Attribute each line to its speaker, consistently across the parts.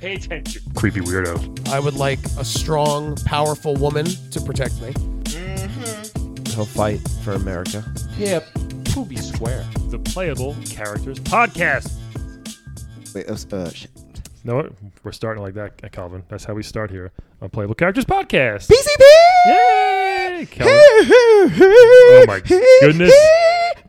Speaker 1: Pay attention. Creepy weirdo.
Speaker 2: I would like a strong, powerful woman to protect me.
Speaker 3: He'll fight for America.
Speaker 2: Yeah, poopy square.
Speaker 1: The Playable Characters Podcast.
Speaker 3: Wait, that's, uh, shit.
Speaker 1: No, we're starting like that, eh, Calvin. That's how we start here on Playable Characters Podcast.
Speaker 2: PCP!
Speaker 1: Yay! Calvin,
Speaker 2: oh
Speaker 1: my goodness.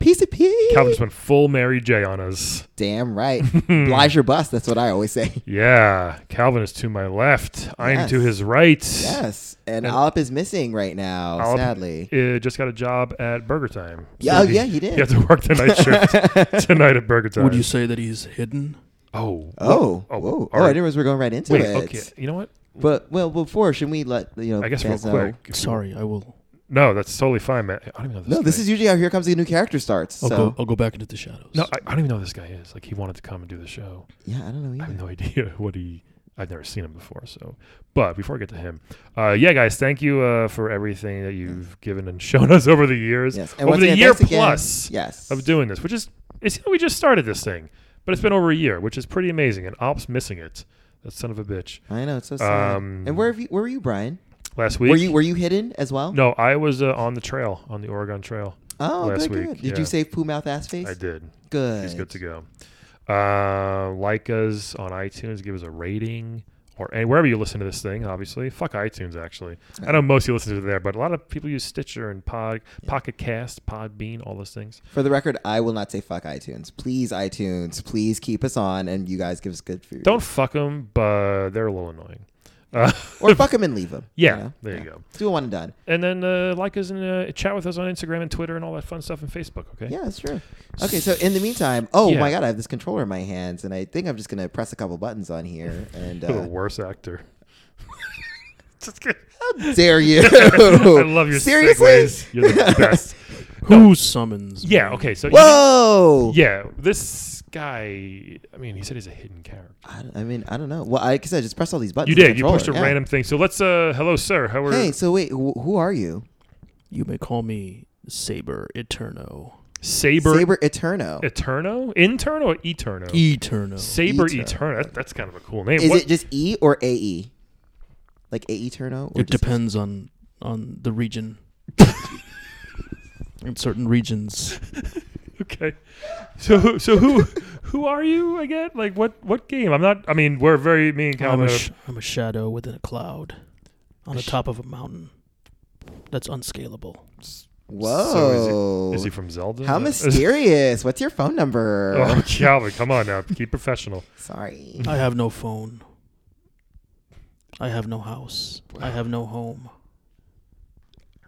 Speaker 2: PCP!
Speaker 1: Calvin just went full Mary J on us.
Speaker 3: Damn right. Blige your bus. That's what I always say.
Speaker 1: Yeah, Calvin is to my left. I am to
Speaker 3: Yes.
Speaker 1: his right.
Speaker 3: Yes. And, Alp is missing right now,
Speaker 1: Olive,
Speaker 3: sadly.
Speaker 1: uh, just got a job at Burger Time.
Speaker 3: Yeah, oh, yeah, he did.
Speaker 1: You have to work the night shift tonight at Burger Time.
Speaker 4: Would you say that he's hidden?
Speaker 1: Oh.
Speaker 3: Oh,
Speaker 1: Oh,
Speaker 3: oh,
Speaker 1: all
Speaker 3: whoa. Oh, I
Speaker 1: right.
Speaker 3: didn't realize we are going right into
Speaker 1: Wait,
Speaker 3: it.
Speaker 1: okay. You know what?
Speaker 3: But, well, before, should we let, you know,
Speaker 1: I guess real
Speaker 3: fans know-
Speaker 1: quick. if you-
Speaker 4: Sorry, I will.
Speaker 1: No, that's totally fine, man. I don't even know this
Speaker 3: No,
Speaker 1: guy.
Speaker 3: this is usually how Here Comes a New Character starts.
Speaker 4: I'll,
Speaker 3: so,
Speaker 4: go, I'll go back into the shadows.
Speaker 1: No, I, I don't even know who this guy is. Like, he wanted to come and do the show.
Speaker 3: yeah, I don't know
Speaker 1: I
Speaker 3: either.
Speaker 1: have no idea what he. I've never seen him before. So, but before I get to him, uh, yeah, guys, thank you uh, for everything that you've given and shown us over the years,
Speaker 3: Yes.
Speaker 1: over
Speaker 3: once
Speaker 1: the
Speaker 3: again,
Speaker 1: year
Speaker 3: thanks again.
Speaker 1: plus
Speaker 3: Yes.
Speaker 1: of doing this, which is it's we just started this thing, but it's been over a year, which is pretty amazing. And Ops missing it, that son of a bitch.
Speaker 3: I know. It's so sad.
Speaker 1: Um,
Speaker 3: and where, have you, where were you, Brian?
Speaker 1: Last week,
Speaker 3: Were you were you hidden as well?
Speaker 1: no, I was uh, on the trail, on the Oregon Trail.
Speaker 3: Oh,
Speaker 1: last
Speaker 3: good, good.
Speaker 1: week,
Speaker 3: Did
Speaker 1: yeah.
Speaker 3: you save poo mouth ass face?
Speaker 1: I did.
Speaker 3: Good.
Speaker 1: He's good to go. Uh, like us on iTunes, give us a rating or and wherever you listen to this thing. Obviously, fuck iTunes. Actually, I know most of you listen to it there, but a lot of people use Stitcher and Pod, Pocket Cast, Podbean, all those things.
Speaker 3: For the record, I will not say fuck iTunes. Please, iTunes, please keep us on, and you guys give us good food.
Speaker 1: Don't fuck them, but they're a little annoying. Uh,
Speaker 3: or fuck them and leave them.
Speaker 1: yeah, there you go.
Speaker 3: Do a one and done.
Speaker 1: And then uh, like us and uh, chat with us on Instagram and Twitter and all that fun stuff and Facebook. Okay.
Speaker 3: Yeah, that's true. Okay, so in the meantime, oh
Speaker 1: Yeah.
Speaker 3: my god, I have this controller in my hands, and I think I'm just gonna press a couple buttons on here. And
Speaker 1: You're the
Speaker 3: uh,
Speaker 1: worst actor. Just kidding.
Speaker 3: dare you?
Speaker 1: I love your
Speaker 3: seriously.
Speaker 1: segues. You're the best.
Speaker 4: Who summons? me?
Speaker 1: Yeah. Okay. So you-
Speaker 3: Whoa.
Speaker 1: Yeah, this guy. I mean, he said he's a hidden character.
Speaker 3: I, I mean, I don't know. Well, I guess I just pressed all these buttons.
Speaker 1: You
Speaker 3: on the
Speaker 1: did. You pushed a
Speaker 3: Uh, controller, yeah.
Speaker 1: random thing. So let's. uh Hello, sir. How are?
Speaker 3: Hey, so wait, wh- who are you?
Speaker 4: You may call me Saber Eterno.
Speaker 1: Saber,
Speaker 3: Saber Eterno.
Speaker 1: Eterno, Interno, or Eterno.
Speaker 4: Eterno.
Speaker 1: Saber
Speaker 3: Eterno.
Speaker 1: Eterno. That, that's kind of a cool name.
Speaker 3: Is
Speaker 1: What-
Speaker 3: it just E or A E? Like A Eterno? Or
Speaker 4: it
Speaker 3: just-
Speaker 4: depends on on the region. in certain regions,
Speaker 1: okay. So who- so who who are you again? Like what what game? I'm not. I mean, we're very me and
Speaker 4: I'm
Speaker 1: Calvin.
Speaker 4: a,
Speaker 1: are-
Speaker 4: sh- I'm a shadow within a cloud, on the top of a mountain. That's unscalable.
Speaker 3: Whoa.
Speaker 1: So is he- is he from Zelda?
Speaker 3: How mysterious. What's your phone number?
Speaker 1: Oh, Calvin, come on now. Keep professional.
Speaker 3: Sorry.
Speaker 4: I have no phone. I have no house. I have no home.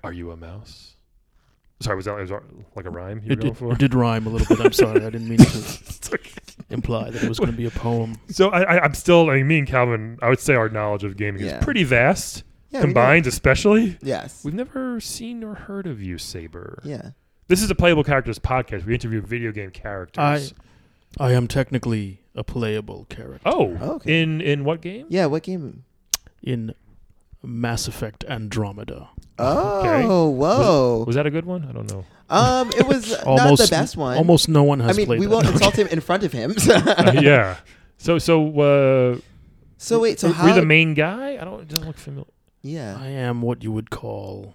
Speaker 1: Are you a mouse? Sorry, was that was that like a rhyme you were
Speaker 4: It
Speaker 1: going
Speaker 4: did,
Speaker 1: for?
Speaker 4: it did rhyme a little bit. I'm sorry. I didn't mean to
Speaker 1: It's okay.
Speaker 4: imply that it was going to be a poem.
Speaker 1: So I, I, I'm still. I mean, me and Calvin. I would say our knowledge of gaming
Speaker 3: Yeah.
Speaker 1: is pretty vast.
Speaker 3: Yeah, we
Speaker 1: combined, especially.
Speaker 3: do. Yes.
Speaker 1: We've never seen or heard of you, Saber.
Speaker 3: Yeah.
Speaker 1: This is a playable characters podcast. We interview video game characters.
Speaker 4: I am technically a playable character
Speaker 1: oh,
Speaker 3: Okay.
Speaker 1: in in what game?
Speaker 3: Yeah, what game?
Speaker 4: in Mass Effect Andromeda.
Speaker 3: Oh,
Speaker 1: Okay.
Speaker 3: whoa.
Speaker 1: Was that a good one? I don't know.
Speaker 3: um, it was not
Speaker 4: Almost
Speaker 3: the best one.
Speaker 4: Almost no one
Speaker 3: I
Speaker 4: has
Speaker 3: mean,
Speaker 4: played
Speaker 3: we
Speaker 4: that.
Speaker 3: won't
Speaker 4: No,
Speaker 3: insult him in front of him.
Speaker 1: Uh, yeah. So so uh,
Speaker 3: so wait, so
Speaker 1: were-
Speaker 3: how?
Speaker 1: were you the main guy? I don't. It doesn't look familiar.
Speaker 3: yeah.
Speaker 4: I am what you would call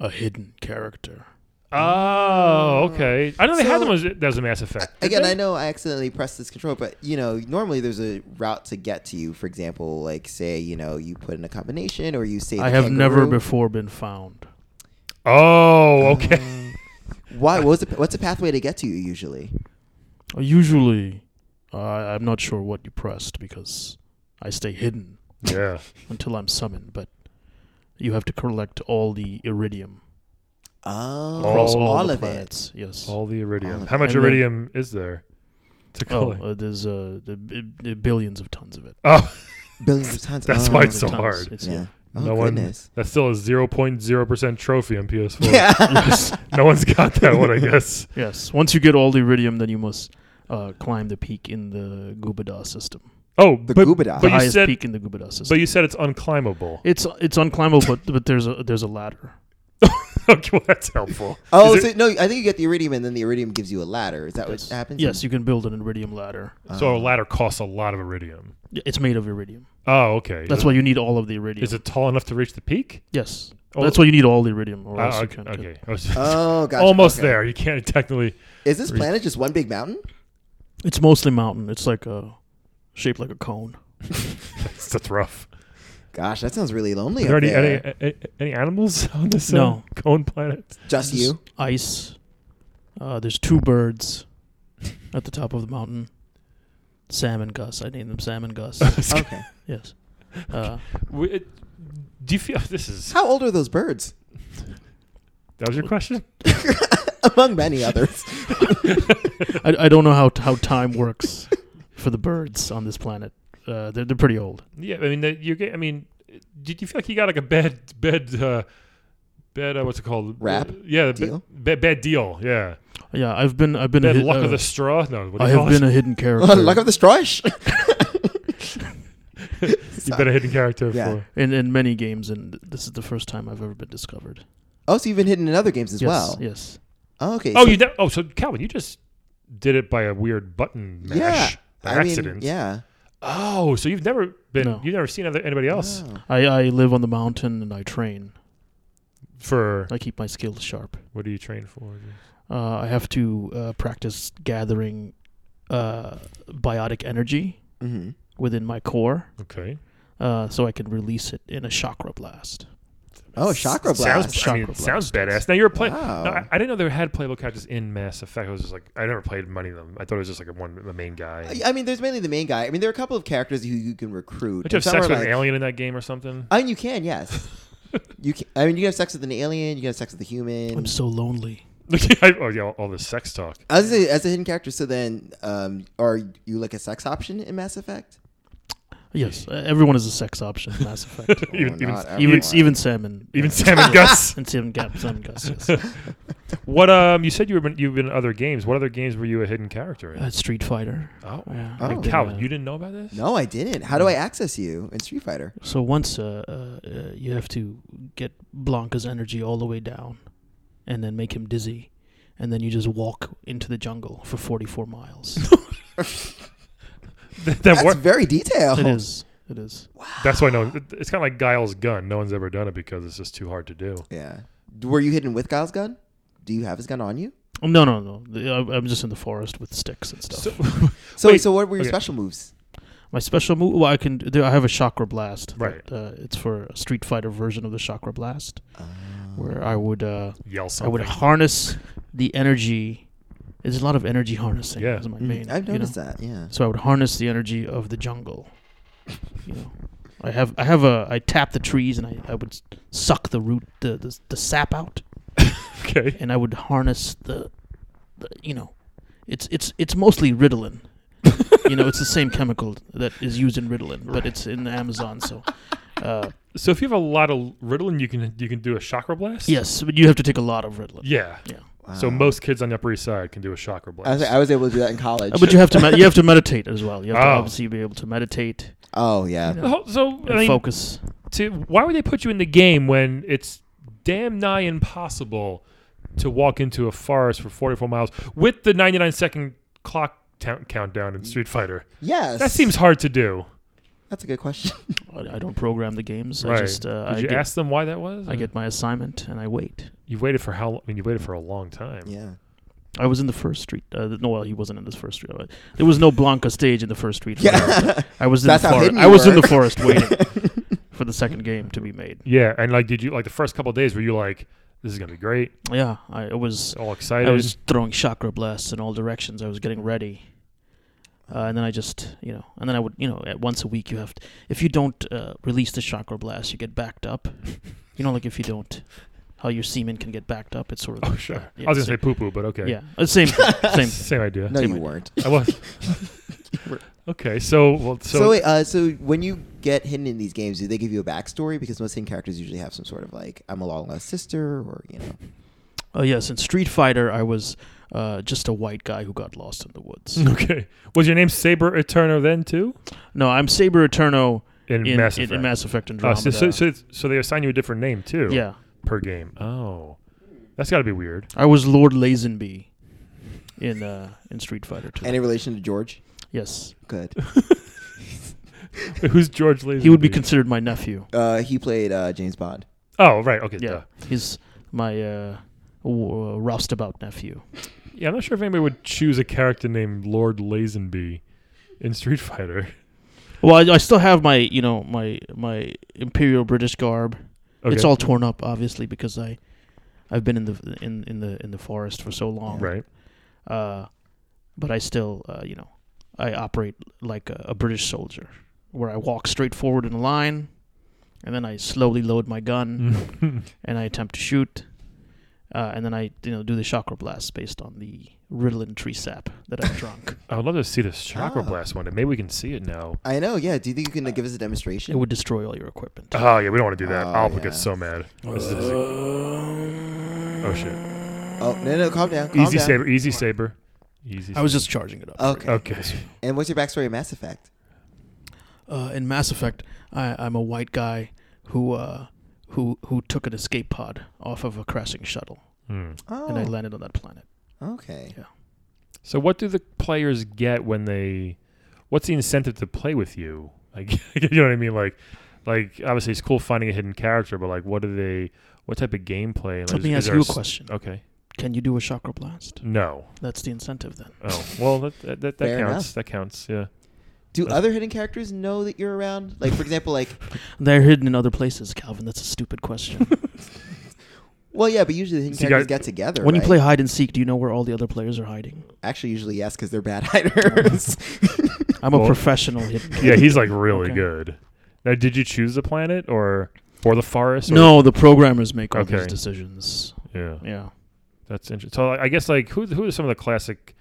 Speaker 4: a hidden character.
Speaker 1: Oh, okay. I know they had
Speaker 3: So-
Speaker 1: them as, as a Mass Effect.
Speaker 3: Again, I know I accidentally pressed this control, but you know, normally there's a route to get to you. For example, like say, you know, you put in a combination or you say.
Speaker 4: I have never
Speaker 3: before.
Speaker 4: before been found.
Speaker 1: Oh, okay.
Speaker 3: Um, Why? What's the, what's the pathway to get to you usually?
Speaker 4: Usually, uh, I'm not sure what you pressed because I stay hidden
Speaker 1: yeah.
Speaker 4: until I'm summoned. But you have to collect all the iridium.
Speaker 3: Oh,
Speaker 1: Across
Speaker 3: all,
Speaker 1: all
Speaker 4: the
Speaker 3: of it.
Speaker 4: planets, Yes.
Speaker 1: All the
Speaker 3: All
Speaker 1: iridium.
Speaker 3: of
Speaker 1: How much
Speaker 4: And then-
Speaker 1: iridium is there to
Speaker 4: oh,
Speaker 1: collect?
Speaker 4: uh, there's uh, the, b- the billions of tons of it.
Speaker 1: oh,
Speaker 3: Billions of tons.
Speaker 1: That's
Speaker 3: oh,
Speaker 1: why it's so
Speaker 4: Tons.
Speaker 1: hard.
Speaker 4: It's-
Speaker 3: Yeah. Oh,
Speaker 1: no
Speaker 3: goodness.
Speaker 1: one. That's still a zero point zero percent trophy on PS4.
Speaker 3: Yeah.
Speaker 1: no one's got that one, I guess.
Speaker 4: Yes. Once you get all the iridium, then you must uh, climb the peak in the Gubada system.
Speaker 1: Oh,
Speaker 3: The
Speaker 1: but,
Speaker 3: Gubada.
Speaker 1: but
Speaker 4: the
Speaker 1: you
Speaker 4: highest
Speaker 1: said,
Speaker 4: peak in the Gubada system.
Speaker 1: but you said it's unclimbable.
Speaker 4: it's it's unclimbable, but but there's a there's a ladder.
Speaker 1: okay, well, that's helpful.
Speaker 3: Oh,
Speaker 1: Is
Speaker 3: so
Speaker 1: it-
Speaker 3: no, I think you get the iridium, and then the iridium gives you a ladder. Is that
Speaker 4: Yes.
Speaker 3: what Oh, happens?
Speaker 4: Yes, you can build an iridium ladder.
Speaker 3: oh.
Speaker 1: so a ladder costs a lot of iridium.
Speaker 4: Yeah, It's made of iridium.
Speaker 1: Oh, okay.
Speaker 4: That's
Speaker 1: is,
Speaker 4: why you need all of the iridium.
Speaker 1: Is it tall enough to reach the peak?
Speaker 4: Yes.
Speaker 1: Oh.
Speaker 4: That's why you need all the iridium. Or
Speaker 1: Ah,
Speaker 4: else you
Speaker 1: okay.
Speaker 4: can't get-
Speaker 1: okay. I was-
Speaker 3: Oh, gotcha.
Speaker 1: Almost
Speaker 3: Okay.
Speaker 1: there. You can't technically.
Speaker 3: Is this planet just one big mountain?
Speaker 4: It's mostly mountain. It's like a shaped like a cone.
Speaker 1: That's, that's rough.
Speaker 3: Gosh, that sounds really lonely.
Speaker 1: Are there
Speaker 3: up
Speaker 1: any,
Speaker 3: there.
Speaker 1: any, any, any animals on this uh,
Speaker 4: No.
Speaker 1: cone planet?
Speaker 3: just you.
Speaker 4: Ice. Uh, there's two birds at the top of the mountain. Sam and Gus. I named them Sam and Gus.
Speaker 3: Okay.
Speaker 4: yes. Uh,
Speaker 1: We- it- do you feel this is
Speaker 3: How old are those birds?
Speaker 1: that was your question?
Speaker 3: Among many others.
Speaker 4: I, I don't know how how time works for the birds on this planet. Uh, they're they're pretty old.
Speaker 1: Yeah, I mean, the, you get. I mean, did you feel like you got like a bad, bad, uh, bad? Uh, what's it called?
Speaker 3: Rap?
Speaker 1: yeah, the
Speaker 3: Deal?
Speaker 1: Ba- bad, bad deal. Yeah,
Speaker 4: Yeah, I've been I've been a
Speaker 1: bad
Speaker 4: hid-
Speaker 1: luck
Speaker 4: uh,
Speaker 1: of the straw. No, what do
Speaker 4: I
Speaker 1: you
Speaker 4: have
Speaker 1: call
Speaker 4: been
Speaker 1: it?
Speaker 4: a hidden character.
Speaker 3: Luck of the Strush.
Speaker 1: You've been a hidden character
Speaker 3: Yeah.
Speaker 1: for.
Speaker 4: in in many games, and th- this is the first time I've ever been discovered.
Speaker 3: Oh, so you've been hidden in other games as
Speaker 4: yes,
Speaker 3: well.
Speaker 4: yes.
Speaker 3: Oh, okay.
Speaker 1: Oh,
Speaker 3: so-
Speaker 1: you. know oh, so Calvin, you just did it by a weird button
Speaker 3: yeah.
Speaker 1: mash by
Speaker 3: I mean,
Speaker 1: accident.
Speaker 3: yeah.
Speaker 1: Oh, so you've never been.
Speaker 4: No.
Speaker 1: You've never seen other, anybody else
Speaker 3: Oh.
Speaker 4: I, I live on the mountain and I train.
Speaker 1: for.
Speaker 4: I keep my skills sharp.
Speaker 1: What do you train for?
Speaker 4: Uh, I have to uh, practice gathering uh, biotic energy
Speaker 3: Mhm.
Speaker 4: within my core,
Speaker 1: Okay.
Speaker 4: uh, so I can release it in a chakra blast.
Speaker 3: Oh, chakra blast.
Speaker 1: Sounds, I mean,
Speaker 4: Chakra
Speaker 1: sounds
Speaker 4: blast.
Speaker 1: badass. Now you're playing.
Speaker 3: Wow.
Speaker 1: No, I, I didn't know they had playable characters in Mass Effect. I was just like, I never played many of them. I thought it was just like a one a main guy.
Speaker 3: I- I mean, there's mainly the main guy. I mean, there are a couple of characters who you can recruit.
Speaker 1: Don't you have
Speaker 3: And some
Speaker 1: sex
Speaker 3: are
Speaker 1: with
Speaker 3: like-
Speaker 1: an alien in that game or something?
Speaker 3: I mean, you can, yes. you can, I mean, you can have sex with an alien. You can have sex with a human.
Speaker 4: I'm so lonely.
Speaker 1: oh yeah, all, all this sex talk.
Speaker 3: I was gonna say, as a hidden character, so then um, are you like a sex option in Mass Effect?
Speaker 4: Yes, uh, everyone is a sex option in Mass Effect.
Speaker 1: Even- even-
Speaker 3: Oh, not
Speaker 4: even
Speaker 3: everyone.
Speaker 4: even salmon,
Speaker 1: Even Sam and Gus.
Speaker 4: and Sam Gap, Sam Gus. Yes.
Speaker 1: What um? You said you were been, you've been in other games. What other games were you a hidden character in?
Speaker 4: Uh, Street Fighter.
Speaker 1: oh,
Speaker 4: yeah.
Speaker 1: Hey,
Speaker 3: Oh.
Speaker 1: Calvin, you didn't know about this?
Speaker 3: No, I didn't. How do I access you in Street Fighter?
Speaker 4: So once uh, uh, uh, you have to get Blanca's energy all the way down, and then make him dizzy, and then you just walk into the jungle for 44 miles.
Speaker 1: that that
Speaker 3: That's
Speaker 1: wor-
Speaker 3: very detailed.
Speaker 4: it is. It is.
Speaker 1: That's why no. it- It's kind of like Guile's gun. No one's ever done it because it's just too hard to do.
Speaker 3: Yeah. Were you hidden with Kyle's gun? Do you have his gun on you?
Speaker 4: Oh, no, no, no. The- I- I'm just in the forest with sticks and stuff.
Speaker 1: So,
Speaker 3: So,
Speaker 1: Wait,
Speaker 3: so what were your
Speaker 1: okay.
Speaker 3: special moves?
Speaker 4: My special move. Well, I can. There, I have a chakra blast.
Speaker 1: Right.
Speaker 4: that, uh, it's for a Street Fighter version of the chakra blast,
Speaker 3: Ah.
Speaker 4: where I would. Uh,
Speaker 1: yell
Speaker 4: I would
Speaker 1: something.
Speaker 4: harness the energy. There's a lot of energy harnessing.
Speaker 1: Yeah.
Speaker 4: is my
Speaker 3: Mhm.
Speaker 4: main.
Speaker 3: I've
Speaker 4: you know?
Speaker 3: noticed that. Yeah.
Speaker 4: So I would harness the energy of the jungle. You know, I have I have a I tap the trees and I, I would suck the root the, the the sap out
Speaker 1: okay.
Speaker 4: and I would harness the, the you know, it's it's it's mostly Ritalin. you know, it's the same chemical that is used in Ritalin, but it's in the Amazon. So, uh,
Speaker 1: So if you have a lot of Ritalin, you can you can do a chakra blast.
Speaker 4: yes, but you have to take a lot of Ritalin.
Speaker 1: Yeah.
Speaker 4: Yeah.
Speaker 1: So
Speaker 3: Wow.
Speaker 1: most kids on the Upper East Side can do a chakra blast.
Speaker 3: I was, I was able to do that in college.
Speaker 4: Uh, But you have to med- you have to meditate as well. You have to
Speaker 1: Oh.
Speaker 4: obviously be able to meditate
Speaker 3: oh yeah.
Speaker 4: Yeah.
Speaker 1: The whole- so I
Speaker 4: and
Speaker 1: mean,
Speaker 4: focus.
Speaker 1: to, why would they put you in the game when it's damn nigh impossible to walk into a forest for 44 miles with the 99 second clock ta- countdown in Street Fighter?
Speaker 3: Yes.
Speaker 1: That seems hard to do.
Speaker 3: That's a good question.
Speaker 4: I, I don't program the games. I
Speaker 1: right?
Speaker 4: just uh,
Speaker 1: Did
Speaker 4: I
Speaker 1: you
Speaker 4: get-
Speaker 1: ask them why that was?
Speaker 4: I get my assignment and I wait.
Speaker 1: You waited for how? long? I mean, you waited for a long time.
Speaker 3: yeah.
Speaker 4: I was in the first street. Uh, no, well, he wasn't in this first street. Uh, There was no Blanca stage in the first street.
Speaker 3: Yeah.
Speaker 4: Fighter. I was in
Speaker 3: That's
Speaker 4: the
Speaker 3: how
Speaker 4: forest.
Speaker 3: hidden
Speaker 4: I
Speaker 3: you
Speaker 4: was in
Speaker 3: were.
Speaker 4: the forest waiting for the second game to be made.
Speaker 1: Yeah, and like, did you like the first couple of days? Were you like, "This is gonna be great,"
Speaker 4: Yeah, I was.
Speaker 1: all
Speaker 4: I,
Speaker 1: excited?
Speaker 4: was throwing chakra blasts in all directions. I was getting ready, uh, and then I just, you know, and then I would, you know, at once a week you have to. If you don't uh, release the chakra blast, you get backed up. You know, like if you don't, how your semen can get backed up. It's sort of.
Speaker 1: oh
Speaker 4: like
Speaker 1: sure.
Speaker 4: that. Yeah,
Speaker 1: I was gonna
Speaker 4: so-
Speaker 1: say poo poo, but okay.
Speaker 4: Yeah, uh, same, thing, same. thing.
Speaker 1: Same idea.
Speaker 3: No,
Speaker 4: Same
Speaker 3: you
Speaker 4: idea.
Speaker 3: weren't.
Speaker 1: I was. okay, so well, so,
Speaker 3: So, wait, uh, so when you get hidden in these games, do they give you a backstory? Because most hidden characters usually have some sort of like, I'm a long lost sister, or you know.
Speaker 4: Oh yes, in Street Fighter, I was uh, just a white guy who got lost in the woods.
Speaker 1: okay, was your name Saber Eterno then too?
Speaker 4: no, I'm Saber Eterno
Speaker 1: In,
Speaker 4: in in
Speaker 1: Mass
Speaker 4: in
Speaker 1: Effect.
Speaker 4: Mass Effect
Speaker 1: Oh,
Speaker 4: Andromeda.
Speaker 1: so, so, so, it's- so they assign you a different name too.
Speaker 4: yeah,
Speaker 1: per game. Oh, that's got to be weird.
Speaker 4: I was Lord Lazenby in uh, in Street Fighter Two.
Speaker 3: Any relation to George?
Speaker 4: yes,
Speaker 3: Good.
Speaker 1: Who's George Lazenby?
Speaker 4: he would be considered my nephew.
Speaker 3: Uh, he played uh, James Bond.
Speaker 1: oh, right. Okay.
Speaker 4: Yeah,
Speaker 1: duh.
Speaker 4: he's my uh, w- uh, roustabout nephew.
Speaker 1: Yeah, I'm not sure if anybody would choose a character named Lord Lazenby in Street Fighter.
Speaker 4: Well, I, I still have my you know my my Imperial British garb.
Speaker 1: Okay.
Speaker 4: It's all torn up, obviously, because I I've been in the in in the in the forest for so long.
Speaker 1: right.
Speaker 4: Uh, but I still uh, you know I operate like a, a British soldier, where I walk straight forward in a line, and then I slowly load my gun.
Speaker 1: Mm.
Speaker 4: and I attempt to shoot, uh, and then I you know do the chakra blast based on the Ritalin tree sap that I've drunk.
Speaker 1: I would love to see this chakra
Speaker 3: Ah.
Speaker 1: blast one day. Maybe we can see it now.
Speaker 3: I know. Yeah. Do you think you can uh, give us a demonstration?
Speaker 4: it would destroy all your equipment.
Speaker 1: Oh yeah, we don't want to do that.
Speaker 4: Ah,
Speaker 3: Oh,
Speaker 1: Alpha
Speaker 3: yeah.
Speaker 1: gets so mad.
Speaker 4: Uh,
Speaker 1: This is- oh shit!
Speaker 3: oh no, no, calm down. Calm
Speaker 1: Easy
Speaker 3: down.
Speaker 1: saber, easy saber, easy.
Speaker 4: I was just charging it up.
Speaker 3: Okay.
Speaker 1: okay.
Speaker 3: And what's your backstory of Mass Effect?
Speaker 4: Uh, in Mass Effect, I, I'm a white guy who uh, who who took an escape pod off of a crashing shuttle,
Speaker 1: Hmm.
Speaker 3: Oh.
Speaker 4: and I landed on that planet.
Speaker 3: okay.
Speaker 1: So what do the players get when they? What's the incentive to play with you? Like you know what I mean? Like, like obviously it's cool finding a hidden character, but like, what do they? What type of gameplay? Like,
Speaker 4: Let
Speaker 1: is-
Speaker 4: me
Speaker 1: is
Speaker 4: ask
Speaker 1: there
Speaker 4: you a
Speaker 1: s-
Speaker 4: question.
Speaker 1: Okay.
Speaker 4: Can you do a chakra blast?
Speaker 1: No.
Speaker 4: That's the incentive then.
Speaker 1: Oh well, that that, that, that
Speaker 3: Fair
Speaker 1: counts.
Speaker 3: enough.
Speaker 1: That counts. Yeah.
Speaker 3: Do
Speaker 1: Uh,
Speaker 3: other hidden characters know that you're around? Like, for example, like,
Speaker 4: They're hidden in other places, Calvin. That's a stupid question.
Speaker 3: well, yeah, but usually the hidden
Speaker 1: So you
Speaker 3: characters
Speaker 1: got-
Speaker 3: get together.
Speaker 4: when you
Speaker 3: right?
Speaker 4: play hide and seek, do you know where all the other players are hiding?
Speaker 3: actually, usually yes, because they're bad hiders.
Speaker 4: I'm a
Speaker 1: Well-
Speaker 4: professional hidden.
Speaker 1: Yeah, he's like really
Speaker 4: Okay.
Speaker 1: good. Now, did you choose the planet or or the forest? Or,
Speaker 4: No, the programmers make all
Speaker 1: Okay.
Speaker 4: these decisions.
Speaker 1: Yeah,
Speaker 4: Yeah.
Speaker 1: that's interesting. So I I guess like who who are some of the classic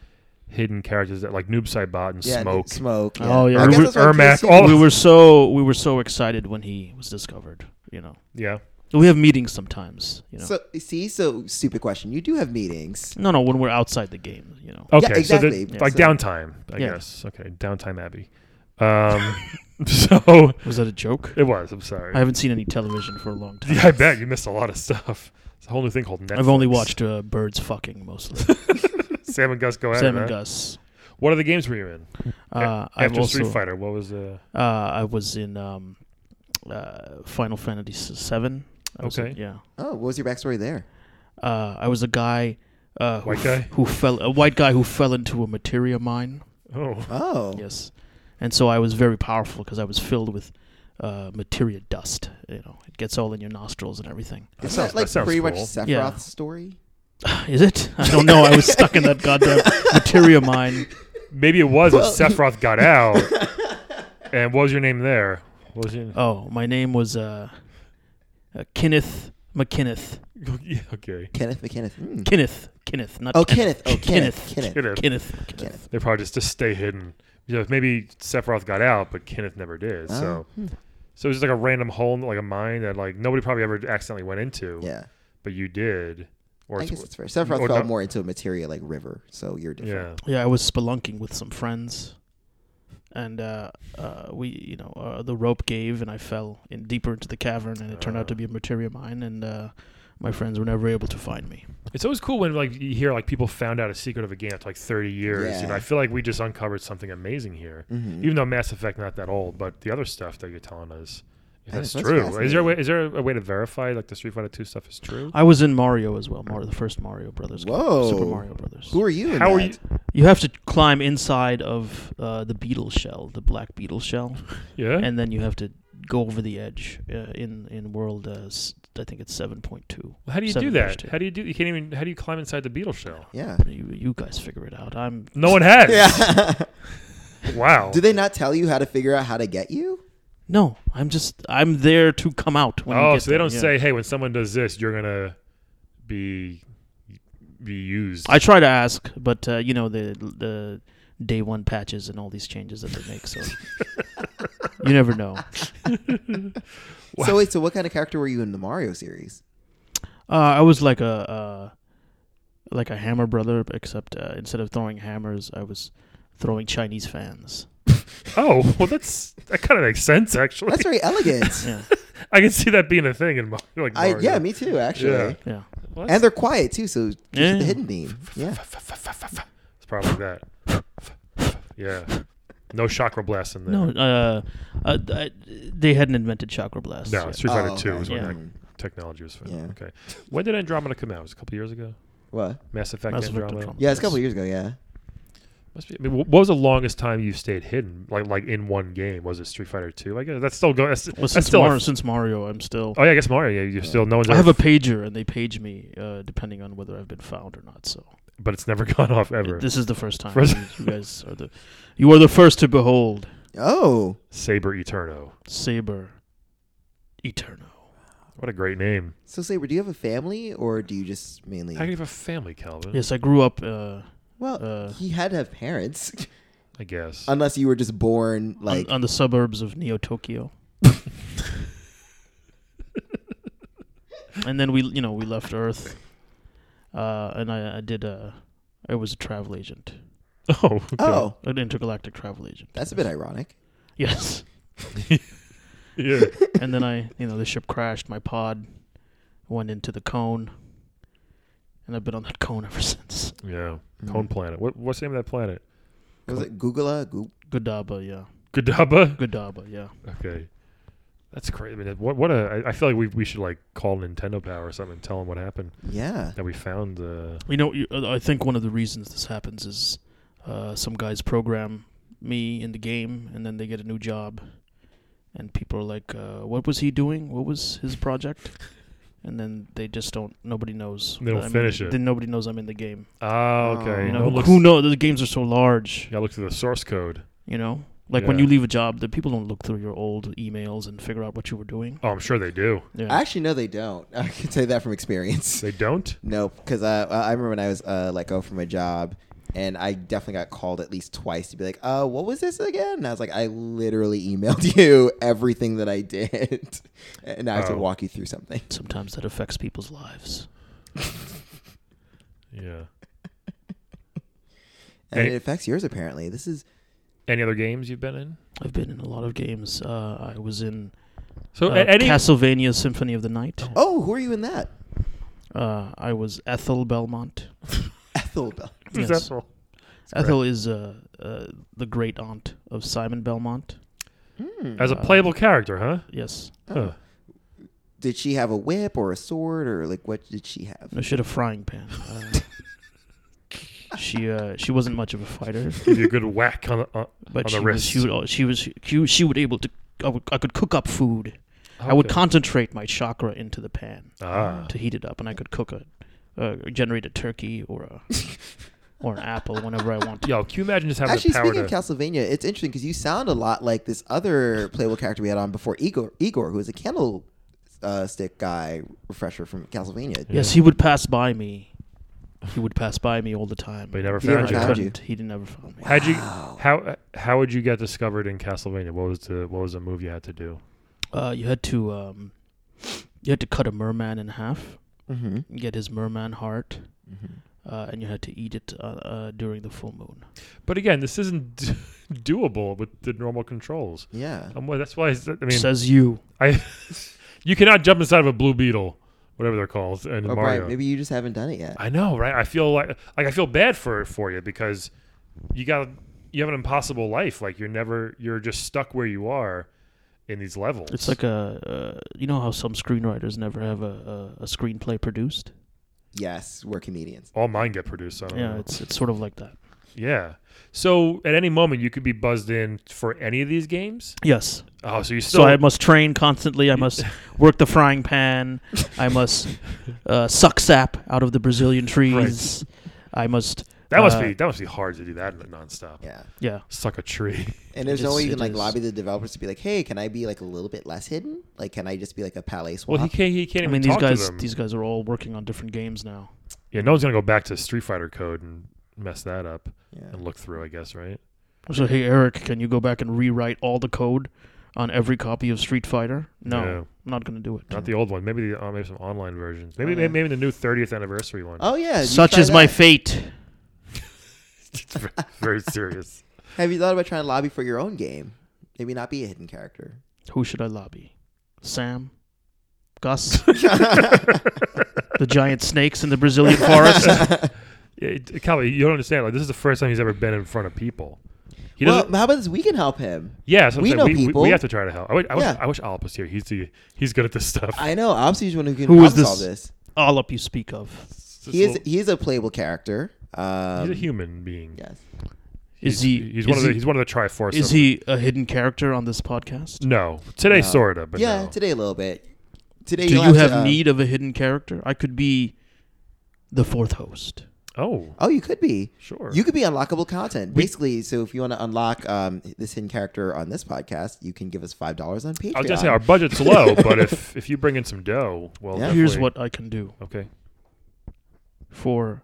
Speaker 1: hidden characters that like Noob Saibot and
Speaker 3: yeah,
Speaker 1: Smoke?
Speaker 3: smoke. Yeah.
Speaker 4: Oh, yeah.
Speaker 3: I guess
Speaker 4: Ur-
Speaker 3: that's why I'm
Speaker 1: Ermac,
Speaker 3: curious,
Speaker 1: all-
Speaker 4: we were so we were so excited when he was discovered. You know,
Speaker 1: Yeah.
Speaker 4: we have meetings sometimes. You know,
Speaker 3: So see, so stupid question. You do have meetings.
Speaker 4: no, no, when we're outside the game. You know,
Speaker 1: Okay. So
Speaker 3: exactly.
Speaker 1: the,
Speaker 4: Yeah.
Speaker 1: like
Speaker 3: So-
Speaker 1: downtime, I
Speaker 4: Yeah.
Speaker 1: guess. Okay, downtime Abbey. Um, so
Speaker 4: was that a joke?
Speaker 1: it was. I'm sorry.
Speaker 4: I haven't seen any television for a long time.
Speaker 1: yeah, I bet you missed a lot of stuff. It's a whole new thing called Netflix.
Speaker 4: I've only watched uh, birds fucking mostly.
Speaker 1: Sam and Gus go at
Speaker 4: Sam
Speaker 1: it.
Speaker 4: and
Speaker 1: huh?
Speaker 4: Gus.
Speaker 1: What are the games were you in
Speaker 4: Uh, I've
Speaker 1: after
Speaker 4: also
Speaker 1: Street Fighter? What was uh,
Speaker 4: uh, I was in um, uh, Final Fantasy Seven.
Speaker 1: Okay.
Speaker 4: yeah.
Speaker 3: Oh, what was your backstory there?
Speaker 4: Uh, I was a guy. Uh, who
Speaker 1: White
Speaker 4: f-
Speaker 1: guy?
Speaker 4: who fell a white guy who fell into a materia mine.
Speaker 1: oh
Speaker 3: Oh,
Speaker 4: Yes, and so I was very powerful because I was filled with uh, materia dust. You know, it gets all in your nostrils and everything.
Speaker 1: that
Speaker 3: Isn't
Speaker 1: sounds
Speaker 3: that like
Speaker 1: that sounds
Speaker 3: pretty
Speaker 1: cool.
Speaker 3: much Sephiroth's
Speaker 4: Yeah.
Speaker 3: story?
Speaker 4: Is it? I don't know. I was stuck in that goddamn materia mine.
Speaker 1: Maybe it was if Sephiroth got out. and what was your name there? What was your
Speaker 4: Oh, my name was uh, uh, Kenneth McKenneth.
Speaker 1: Yeah, okay.
Speaker 3: Kenneth McKenneth. Mm.
Speaker 4: Kenneth. Kenneth. Not
Speaker 3: Oh,
Speaker 4: Kenneth.
Speaker 3: Kenneth. Oh, Kenneth.
Speaker 4: Kenneth.
Speaker 1: You
Speaker 3: Kenneth.
Speaker 1: know,
Speaker 4: Kenneth. Kenneth.
Speaker 3: Kenneth.
Speaker 1: They probably just to stay hidden. You know, maybe Sephiroth got out, but Kenneth never did. So,
Speaker 3: Oh, hmm.
Speaker 1: so it was just like a random hole, in, like a mine that like nobody probably ever accidentally went into.
Speaker 3: Yeah,
Speaker 1: but you did. Or
Speaker 3: I
Speaker 1: it's-
Speaker 3: guess it's fair. Sephiroth
Speaker 1: or
Speaker 3: fell
Speaker 1: not-
Speaker 3: more into a materia like river, so you're different.
Speaker 1: yeah.
Speaker 4: Yeah, I was spelunking with some friends, and uh, uh, we, you know, uh, the rope gave, and I fell in deeper into the cavern, and it turned out to
Speaker 1: Ah.
Speaker 4: be a materia mine, and uh, my friends were never able to find me.
Speaker 1: It's always cool when like you hear like people found out a secret of a game after like 30 years. You know,
Speaker 3: Yeah.
Speaker 1: I feel like we just uncovered something amazing here.
Speaker 3: Mhm.
Speaker 1: Even though Mass Effect not that old, but the other stuff that you're telling us. If
Speaker 3: That
Speaker 1: that's
Speaker 3: is- that's
Speaker 1: true. Is there a way, is there a way to verify like the Street Fighter 2 stuff is true?
Speaker 4: I was in Mario as well, Mario, the first Mario Brothers, game, Super
Speaker 3: Whoa.
Speaker 4: Mario Brothers.
Speaker 3: Who are you? In
Speaker 1: How are
Speaker 3: that?
Speaker 1: you?
Speaker 4: You have to climb inside of uh, the beetle shell, the black beetle shell,
Speaker 1: Yeah.
Speaker 4: and then you have to go over the edge uh, in in world. Uh, s- I think it's seven point two.
Speaker 1: How do you do
Speaker 4: Seven dash
Speaker 1: that?
Speaker 4: two.
Speaker 1: How do you do? You can't even. How do you climb inside the beetle shell?
Speaker 3: Yeah.
Speaker 4: You, you guys figure it out. I'm
Speaker 1: No one has.
Speaker 3: Yeah.
Speaker 1: Wow.
Speaker 3: Do they not tell you how to figure out how to get you?
Speaker 4: No, I'm just I'm there to come out. When you
Speaker 1: oh,
Speaker 4: get
Speaker 1: so they
Speaker 4: there,
Speaker 1: don't
Speaker 4: yeah.
Speaker 1: say, "Hey, when someone does this, you're gonna be be used."
Speaker 4: I try to ask, but uh, you know the the day one patches and all these changes that they make, so you never know.
Speaker 1: Wow.
Speaker 3: So wait, so what kind of character were you in the Mario series?
Speaker 4: Uh, I was like a uh, like a hammer brother, except uh, instead of throwing hammers, I was throwing Chinese fans.
Speaker 1: oh, well, that's that kind of makes sense actually.
Speaker 3: That's very elegant.
Speaker 4: Yeah,
Speaker 1: I can see that being a thing in Mar- like
Speaker 3: I,
Speaker 1: Mario.
Speaker 3: yeah, me too, actually.
Speaker 1: Yeah.
Speaker 4: Yeah.
Speaker 1: Well,
Speaker 3: And they're quiet too, so it's
Speaker 4: Yeah.
Speaker 3: the hidden theme. Yeah.
Speaker 1: It's probably that. yeah. No chakra blast in there.
Speaker 4: No, uh, uh, th- they hadn't invented chakra blasts.
Speaker 1: No,
Speaker 4: yet.
Speaker 1: Street Fighter
Speaker 3: Oh,
Speaker 1: Two
Speaker 3: okay.
Speaker 1: is when
Speaker 4: Yeah.
Speaker 1: that technology was found.
Speaker 3: Yeah.
Speaker 1: Okay. When did Andromeda come out? It was a couple years ago.
Speaker 3: What?
Speaker 1: Mass Effect
Speaker 4: Mass Effect
Speaker 1: Andromeda.
Speaker 4: Andromeda.
Speaker 3: Yeah, it's a couple years ago. Yeah.
Speaker 1: Must be. I mean, wh- what was the longest time you stayed hidden, like like in one game? Was it Street Fighter Two? I guess that's still going. That's,
Speaker 4: Well,
Speaker 1: that's
Speaker 4: since,
Speaker 1: still. a-
Speaker 4: Mario, since Mario, I'm still.
Speaker 1: oh yeah, I guess Mario. Yeah, you're still no one's.
Speaker 4: I have
Speaker 1: Ever,
Speaker 4: a pager, and they page me uh, depending on whether I've been found or not. So
Speaker 1: but it's never gone off ever.
Speaker 4: this is the first time.
Speaker 1: First-
Speaker 4: you guys are the. You are the first to behold
Speaker 3: Oh,
Speaker 1: Saber Eterno.
Speaker 4: Saber, Eterno.
Speaker 1: What a great name.
Speaker 3: so Saber, do you have a family or do you just mainly?
Speaker 1: How can you have a family, Calvin?
Speaker 4: Yes, I grew up. Uh,
Speaker 3: well,
Speaker 4: uh,
Speaker 3: he had to have parents,
Speaker 1: I guess.
Speaker 3: unless you were just born like.
Speaker 4: on, on the suburbs of Neo Tokyo. and then we, you know, we left Earth, uh, and I, I did. Uh, I was a travel agent,
Speaker 1: oh. okay.
Speaker 3: oh,
Speaker 4: an intergalactic travel agent.
Speaker 3: that's a bit ironic.
Speaker 4: Yes.
Speaker 1: Yeah.
Speaker 4: and then I, you know, the ship crashed. My pod went into the cone, and I've been on that cone ever since.
Speaker 1: Yeah.
Speaker 4: Mm-hmm.
Speaker 1: Cone Planet. What, what's the name of that planet?
Speaker 3: Mm. Was it Googla? Goop?
Speaker 4: Godaba, yeah.
Speaker 1: Godaba.
Speaker 4: Godaba, yeah.
Speaker 1: Okay. That's crazy. I mean, what what a. I, I feel like we, we should like call Nintendo Power or something and tell them what happened
Speaker 3: Yeah.
Speaker 1: that we found. Uh,
Speaker 4: You know, you, I think one of the reasons this happens is uh, some guys program me in the game, and then they get a new job, and people are like, uh, "What was he doing? What was his project?" And then they just don't. Nobody knows.
Speaker 1: They don't
Speaker 4: I'm-
Speaker 1: finish it.
Speaker 4: Then nobody knows I'm in the game.
Speaker 1: oh,
Speaker 3: Oh.
Speaker 1: okay.
Speaker 4: You
Speaker 1: No
Speaker 4: know,
Speaker 1: one looks-
Speaker 4: who knows? The games are so large.
Speaker 1: Yeah, look through the source code.
Speaker 4: You know, like when
Speaker 1: Yeah.
Speaker 4: you leave a job, the people don't look through your old emails and figure out what you were doing.
Speaker 1: Oh, I'm sure they do.
Speaker 4: Yeah.
Speaker 3: Actually, no, they don't. I can tell you that from experience.
Speaker 1: They don't.
Speaker 3: No, because I I remember when I was uh, let go from my job, and I definitely got called at least twice to be like, "Uh, what was this again?" And I was like, "I literally emailed you everything that I did, and now I have to
Speaker 1: Oh.
Speaker 3: walk you through something."
Speaker 4: Sometimes that affects people's lives.
Speaker 1: Yeah.
Speaker 3: And
Speaker 1: Any-
Speaker 3: it affects yours apparently. This is
Speaker 1: Any other games you've been in?
Speaker 4: I've been in a lot of games. Uh, I was in
Speaker 1: So
Speaker 4: uh,
Speaker 1: a- any
Speaker 4: Castlevania Symphony of the Night.
Speaker 3: oh, who are you in that?
Speaker 1: Oh.
Speaker 4: Uh, I was Ethel Belmont.
Speaker 3: Ethel Bell.
Speaker 1: Is
Speaker 4: Yes.
Speaker 1: that all?
Speaker 4: Ethel is uh, uh, the great aunt of Simon Belmont.
Speaker 3: Hmm.
Speaker 1: as a playable character, huh?
Speaker 4: Yes.
Speaker 1: Huh.
Speaker 3: Did she have a whip or a sword or like what did she have?
Speaker 4: No, she had a frying pan. Uh, she uh, she wasn't much of a fighter,
Speaker 1: Give you a good whack on the, on,
Speaker 4: but
Speaker 1: on
Speaker 4: she
Speaker 1: the
Speaker 4: was,
Speaker 1: wrist.
Speaker 4: she would al- she was she, she would able to I, would, I could cook up food. I would
Speaker 1: Okay.
Speaker 4: concentrate my chakra into the pan
Speaker 1: Ah.
Speaker 4: to heat it up, and I could cook a uh, generate a turkey or a or an apple whenever I want.
Speaker 1: Yo, can you imagine just having
Speaker 3: Actually,
Speaker 1: the power
Speaker 3: speaking
Speaker 1: to?
Speaker 3: of Castlevania, it's interesting because you sound a lot like this other playable character we had on before, Igor, Igor, who was a candle uh, stick guy refresher from Castlevania.
Speaker 4: Yes, he would pass by me. He would pass by me all the time.
Speaker 1: But he never
Speaker 3: He
Speaker 1: found
Speaker 3: never
Speaker 1: you.
Speaker 4: I
Speaker 3: found you.
Speaker 4: couldn't. He never found me.
Speaker 1: How'd you how how would you get discovered in Castlevania? What was the what was the move you had to do?
Speaker 4: Uh, you had to um, you had to cut a merman in half,
Speaker 3: Mm-hmm.
Speaker 4: get his merman heart, uh, and you had to eat it uh, uh, during the full moon.
Speaker 1: But again, this isn't d- doable with the normal controls.
Speaker 3: Yeah.
Speaker 1: Um, well, that's why it's- I mean
Speaker 4: Says you.
Speaker 1: I you cannot jump inside of a blue beetle, whatever they're called, and
Speaker 3: Oh,
Speaker 1: Mario.
Speaker 3: Brian, maybe you just haven't done it yet.
Speaker 1: I know, right? I feel like like I feel bad for for you because you got you have an impossible life. Like you're never you're just stuck where you are in these levels.
Speaker 4: It's like a uh, you know how some screenwriters never have a, a, a screenplay produced.
Speaker 3: Yes, we're comedians.
Speaker 1: all mine get produced. So I don't
Speaker 4: Yeah,
Speaker 1: know.
Speaker 4: it's it's sort of like that.
Speaker 1: yeah. So at any moment you could be buzzed in for any of these games.
Speaker 4: Yes.
Speaker 1: Oh, so you still
Speaker 4: So I must train constantly. I must work the frying pan. I must uh, suck sap out of the Brazilian trees. I must.
Speaker 1: that must
Speaker 4: uh,
Speaker 1: be that must be hard to do that nonstop.
Speaker 3: Yeah.
Speaker 4: Yeah.
Speaker 1: Suck a tree.
Speaker 3: And there's no
Speaker 4: is-
Speaker 3: way you can
Speaker 4: it
Speaker 3: like
Speaker 4: is.
Speaker 3: lobby the developers to be like, hey, can I be like a little bit less hidden? Like, can I just be like a palais swap?
Speaker 1: Well, he can't. He can't
Speaker 4: I
Speaker 1: even
Speaker 4: mean, these
Speaker 1: talk
Speaker 4: guys.
Speaker 1: to them.
Speaker 4: These guys are all working on different games now.
Speaker 1: yeah, no one's gonna go back to Street Fighter code and mess that up
Speaker 3: yeah.
Speaker 1: and look through. I guess right.
Speaker 4: So hey, Eric, can you go back and rewrite all the code on every copy of Street Fighter? No,
Speaker 1: Yeah.
Speaker 4: I'm not going to do it.
Speaker 1: Not the old one. Maybe the, uh, maybe some online versions. Maybe
Speaker 3: Oh, yeah.
Speaker 1: maybe the new 30th anniversary one.
Speaker 3: Oh yeah. you
Speaker 4: Such
Speaker 3: try
Speaker 4: is my
Speaker 3: that.
Speaker 4: fate.
Speaker 1: It's very, very serious.
Speaker 3: Have you thought about trying to lobby for your own game? Maybe not be a hidden character.
Speaker 4: Who should I lobby? Sam, Gus, the giant snakes in the Brazilian forest.
Speaker 1: Yeah, it, Calvin, you don't understand. Like this is the first time he's ever been in front of people. He
Speaker 3: well,
Speaker 1: doesn't.
Speaker 3: how about this? We can help him.
Speaker 1: yeah, so I'm
Speaker 3: we
Speaker 1: saying
Speaker 3: know
Speaker 1: we, we-
Speaker 3: people.
Speaker 1: We, have to try to help. I, wish- I wish,
Speaker 3: Yeah.
Speaker 1: I wish Alp was here. He's the, he's good at this stuff.
Speaker 3: I know. Obviously, he's one who can
Speaker 4: Who
Speaker 3: problem
Speaker 4: is this?
Speaker 3: solve this.
Speaker 4: All up you speak of.
Speaker 1: It's just
Speaker 3: He is.
Speaker 1: little-
Speaker 3: He is a playable character. Um,
Speaker 1: he's a human being.
Speaker 3: Yes.
Speaker 4: Is he?
Speaker 1: He's
Speaker 4: is
Speaker 1: one of the.
Speaker 4: he-
Speaker 1: He's one of the Triforce.
Speaker 4: Is
Speaker 1: of-
Speaker 4: he a hidden character on this podcast?
Speaker 1: No, today sorta, but
Speaker 3: yeah,
Speaker 1: no.
Speaker 3: today a little bit. Today,
Speaker 4: Do
Speaker 3: you'll
Speaker 4: you have
Speaker 3: to, um,
Speaker 4: need of a hidden character? I could be the fourth host.
Speaker 1: Oh,
Speaker 3: Oh, you could be.
Speaker 1: sure.
Speaker 3: You could be unlockable content. Basically, so if you want to unlock um, this hidden character on this podcast, you can give us five dollars on Patreon.
Speaker 1: I was gonna say our budget's low, but if if you bring in some dough, well,
Speaker 3: Yeah.
Speaker 4: Here's
Speaker 1: definitely-
Speaker 4: what I can do
Speaker 1: Okay.
Speaker 4: for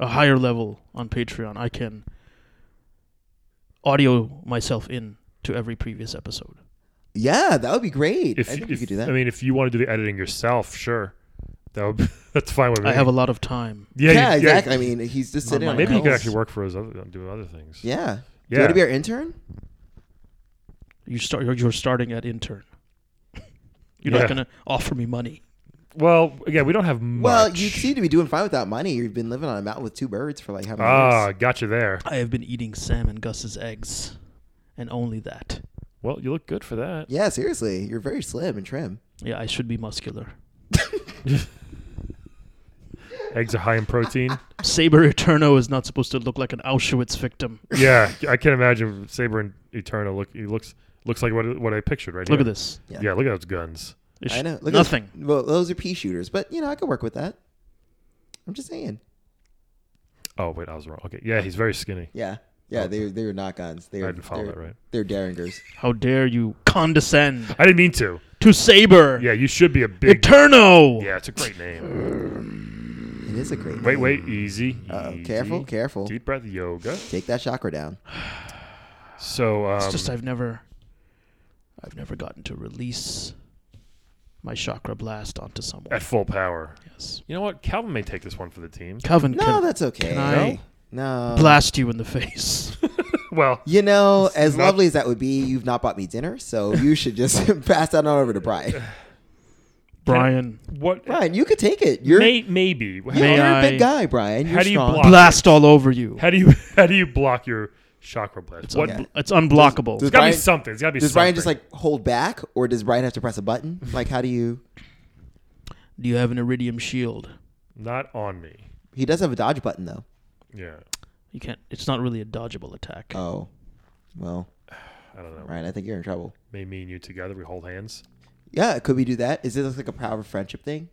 Speaker 4: a higher level on Patreon. I can audio myself in to every previous episode.
Speaker 3: yeah, that would be great.
Speaker 1: If,
Speaker 3: I think
Speaker 1: if
Speaker 3: you could do that.
Speaker 1: I mean, if you want to do the editing yourself, sure. That would be, that's fine with me.
Speaker 4: I have a lot of time.
Speaker 1: yeah,
Speaker 3: yeah,
Speaker 1: you-
Speaker 3: exactly. I mean, he's just
Speaker 4: Not
Speaker 3: sitting.
Speaker 4: mine.
Speaker 3: on
Speaker 1: Maybe you could
Speaker 3: rails.
Speaker 1: actually work for us other do other things.
Speaker 3: Yeah. Do you
Speaker 1: Yeah.
Speaker 3: want to be our intern?
Speaker 4: You start. You're, you're starting at intern. You're
Speaker 1: Yeah.
Speaker 4: not gonna offer me money.
Speaker 1: Well, again, we don't have much.
Speaker 3: Well, you seem to be doing fine without money. You've been living on a mountain with two birds for like how many
Speaker 1: ah,
Speaker 3: years?
Speaker 1: got you there.
Speaker 4: I have been eating Sam and Gus's eggs, and only that.
Speaker 1: Well, you look good for that.
Speaker 3: Yeah, seriously, you're very slim and trim.
Speaker 4: Yeah, I should be muscular.
Speaker 1: Eggs are high in protein.
Speaker 4: Saber Eterno is not supposed to look like an Auschwitz victim.
Speaker 1: yeah, I can't imagine Saber and Eternal look. He looks looks like what what I pictured right
Speaker 4: Look at
Speaker 1: here.
Speaker 4: this.
Speaker 3: Yeah.
Speaker 1: Yeah, look at those guns.
Speaker 4: It's
Speaker 3: I know. Look at those-
Speaker 4: nothing.
Speaker 3: well, those are pea shooters, but you know, I could work with that. I'm just saying.
Speaker 1: Oh wait, I was wrong. Okay, yeah, he's very skinny.
Speaker 3: Yeah, yeah, they they were not guns. They
Speaker 1: Oh. I
Speaker 3: were,
Speaker 1: didn't follow
Speaker 3: they're,
Speaker 1: that right.
Speaker 3: They're derringers.
Speaker 4: How dare you condescend
Speaker 1: I didn't mean to.
Speaker 4: to Saber
Speaker 1: Yeah, you should be a big.
Speaker 4: Eterno?
Speaker 1: Yeah, it's a great name.
Speaker 3: It is a great.
Speaker 1: Wait, wait, easy.
Speaker 3: Uh-oh,
Speaker 1: easy.
Speaker 3: Um, Uh, careful, careful.
Speaker 1: Deep breath yoga.
Speaker 3: Take that chakra down.
Speaker 1: So um,
Speaker 4: It's just I've never, I've never gotten to release my chakra blast onto someone.
Speaker 1: at full power.
Speaker 4: Yes,
Speaker 1: You know what? Calvin may take this one for the team.
Speaker 4: Calvin.
Speaker 3: No,
Speaker 4: can
Speaker 3: that's okay.
Speaker 4: can I-
Speaker 3: No.
Speaker 4: blast you in the face.
Speaker 1: Well,
Speaker 3: You know, as
Speaker 1: not-
Speaker 3: lovely as that would be, you've not bought me dinner, so you should just pass that on over to Brian.
Speaker 4: Brian,
Speaker 1: what?
Speaker 3: Brian, you could take it. You're,
Speaker 1: may, maybe. How-
Speaker 4: May
Speaker 3: you're a
Speaker 4: I-
Speaker 3: big guy, Brian. You're
Speaker 1: How do you
Speaker 3: strong.
Speaker 1: block-
Speaker 4: blast all over you.
Speaker 1: How do you how do you block your chakra blast?
Speaker 4: It's,
Speaker 1: what?
Speaker 4: un-
Speaker 3: okay.
Speaker 4: it's unblockable.
Speaker 3: Does-
Speaker 1: It's got to be
Speaker 3: Brian-
Speaker 1: something. It's got to be.
Speaker 3: Does
Speaker 1: something.
Speaker 3: Brian just like hold back, or does Brian have to press a button? Like, how do you?
Speaker 4: Do you have an iridium shield?
Speaker 1: not on me?
Speaker 3: He does have a dodge button though.
Speaker 1: Yeah,
Speaker 4: You can't. It's not really a dodgeable attack.
Speaker 3: Oh, well,
Speaker 1: I don't know.
Speaker 3: Brian, I think you're in trouble.
Speaker 1: May me and you together, we hold hands.
Speaker 3: Yeah, could we do that? Is this like a power of friendship thing?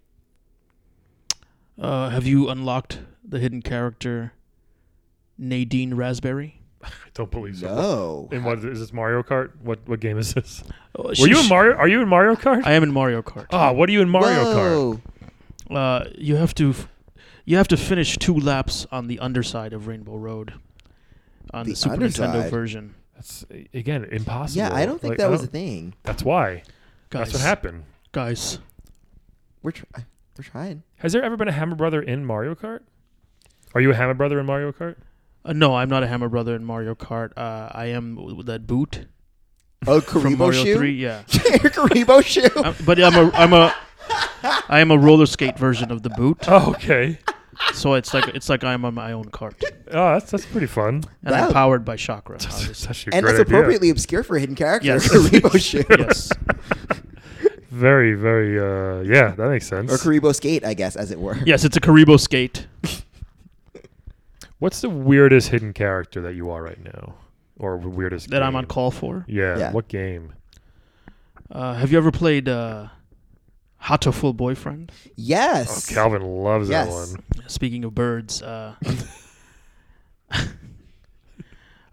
Speaker 4: Uh, have you unlocked the hidden character Nadine Raspberry?
Speaker 1: I don't believe so.
Speaker 3: No. Uh,
Speaker 1: And what is this Mario Kart? What what game is this?
Speaker 4: Oh,
Speaker 1: Were
Speaker 4: she-
Speaker 1: you in
Speaker 4: she-
Speaker 1: Mario? Are you in Mario Kart?
Speaker 4: I am in Mario Kart.
Speaker 1: Ah, what are you in Mario Kart?
Speaker 3: Whoa.
Speaker 4: Uh, you have to, f- you have to finish two laps on the underside of Rainbow Road, on the,
Speaker 3: The
Speaker 4: Super Nintendo
Speaker 3: underside?
Speaker 4: version.
Speaker 1: That's again impossible.
Speaker 3: Yeah, I don't think
Speaker 1: Like,
Speaker 3: that was a
Speaker 1: don't-
Speaker 3: thing.
Speaker 1: That's why.
Speaker 4: Guys,
Speaker 1: That's what happened.
Speaker 4: Guys,
Speaker 3: We're tr- we're trying.
Speaker 1: Has there ever been a Hammer Brother in Mario Kart? Are you a Hammer Brother in Mario Kart?
Speaker 4: uh, no, I'm not a Hammer Brother in Mario Kart. Uh, I am w- that boot
Speaker 3: Oh,
Speaker 4: from
Speaker 3: Karibo
Speaker 4: Mario Three.
Speaker 3: shoe.
Speaker 4: Yeah,
Speaker 3: Karibo shoe.
Speaker 4: I'm- but I'm a, I'm a, I am a roller skate version of the boot.
Speaker 1: Oh, okay.
Speaker 4: So it's like it's like I'm on my own cart,
Speaker 1: Oh, that's that's pretty fun.
Speaker 4: and
Speaker 3: That-
Speaker 4: I'm powered by chakra. obviously.
Speaker 1: Such a
Speaker 3: And
Speaker 1: great
Speaker 3: that's appropriately obscure for a hidden character.
Speaker 4: Yes.
Speaker 3: Karibo shoe.
Speaker 4: yes,
Speaker 1: idea. Very, very. Uh, yeah, that makes sense.
Speaker 3: Or Karibo skate, I guess, as it were.
Speaker 4: yes, it's a Karibo skate.
Speaker 1: What's the weirdest hidden character that you are right now, or the weirdest
Speaker 4: that I'm on
Speaker 1: game?
Speaker 4: call for.
Speaker 1: Yeah,
Speaker 3: Yeah.
Speaker 1: What game?
Speaker 4: Uh, have you ever played uh, Hot to Full Boyfriend?
Speaker 1: Oh,
Speaker 3: Yes.
Speaker 1: Calvin loves that
Speaker 3: Yes.
Speaker 1: one.
Speaker 4: Speaking of birds, uh,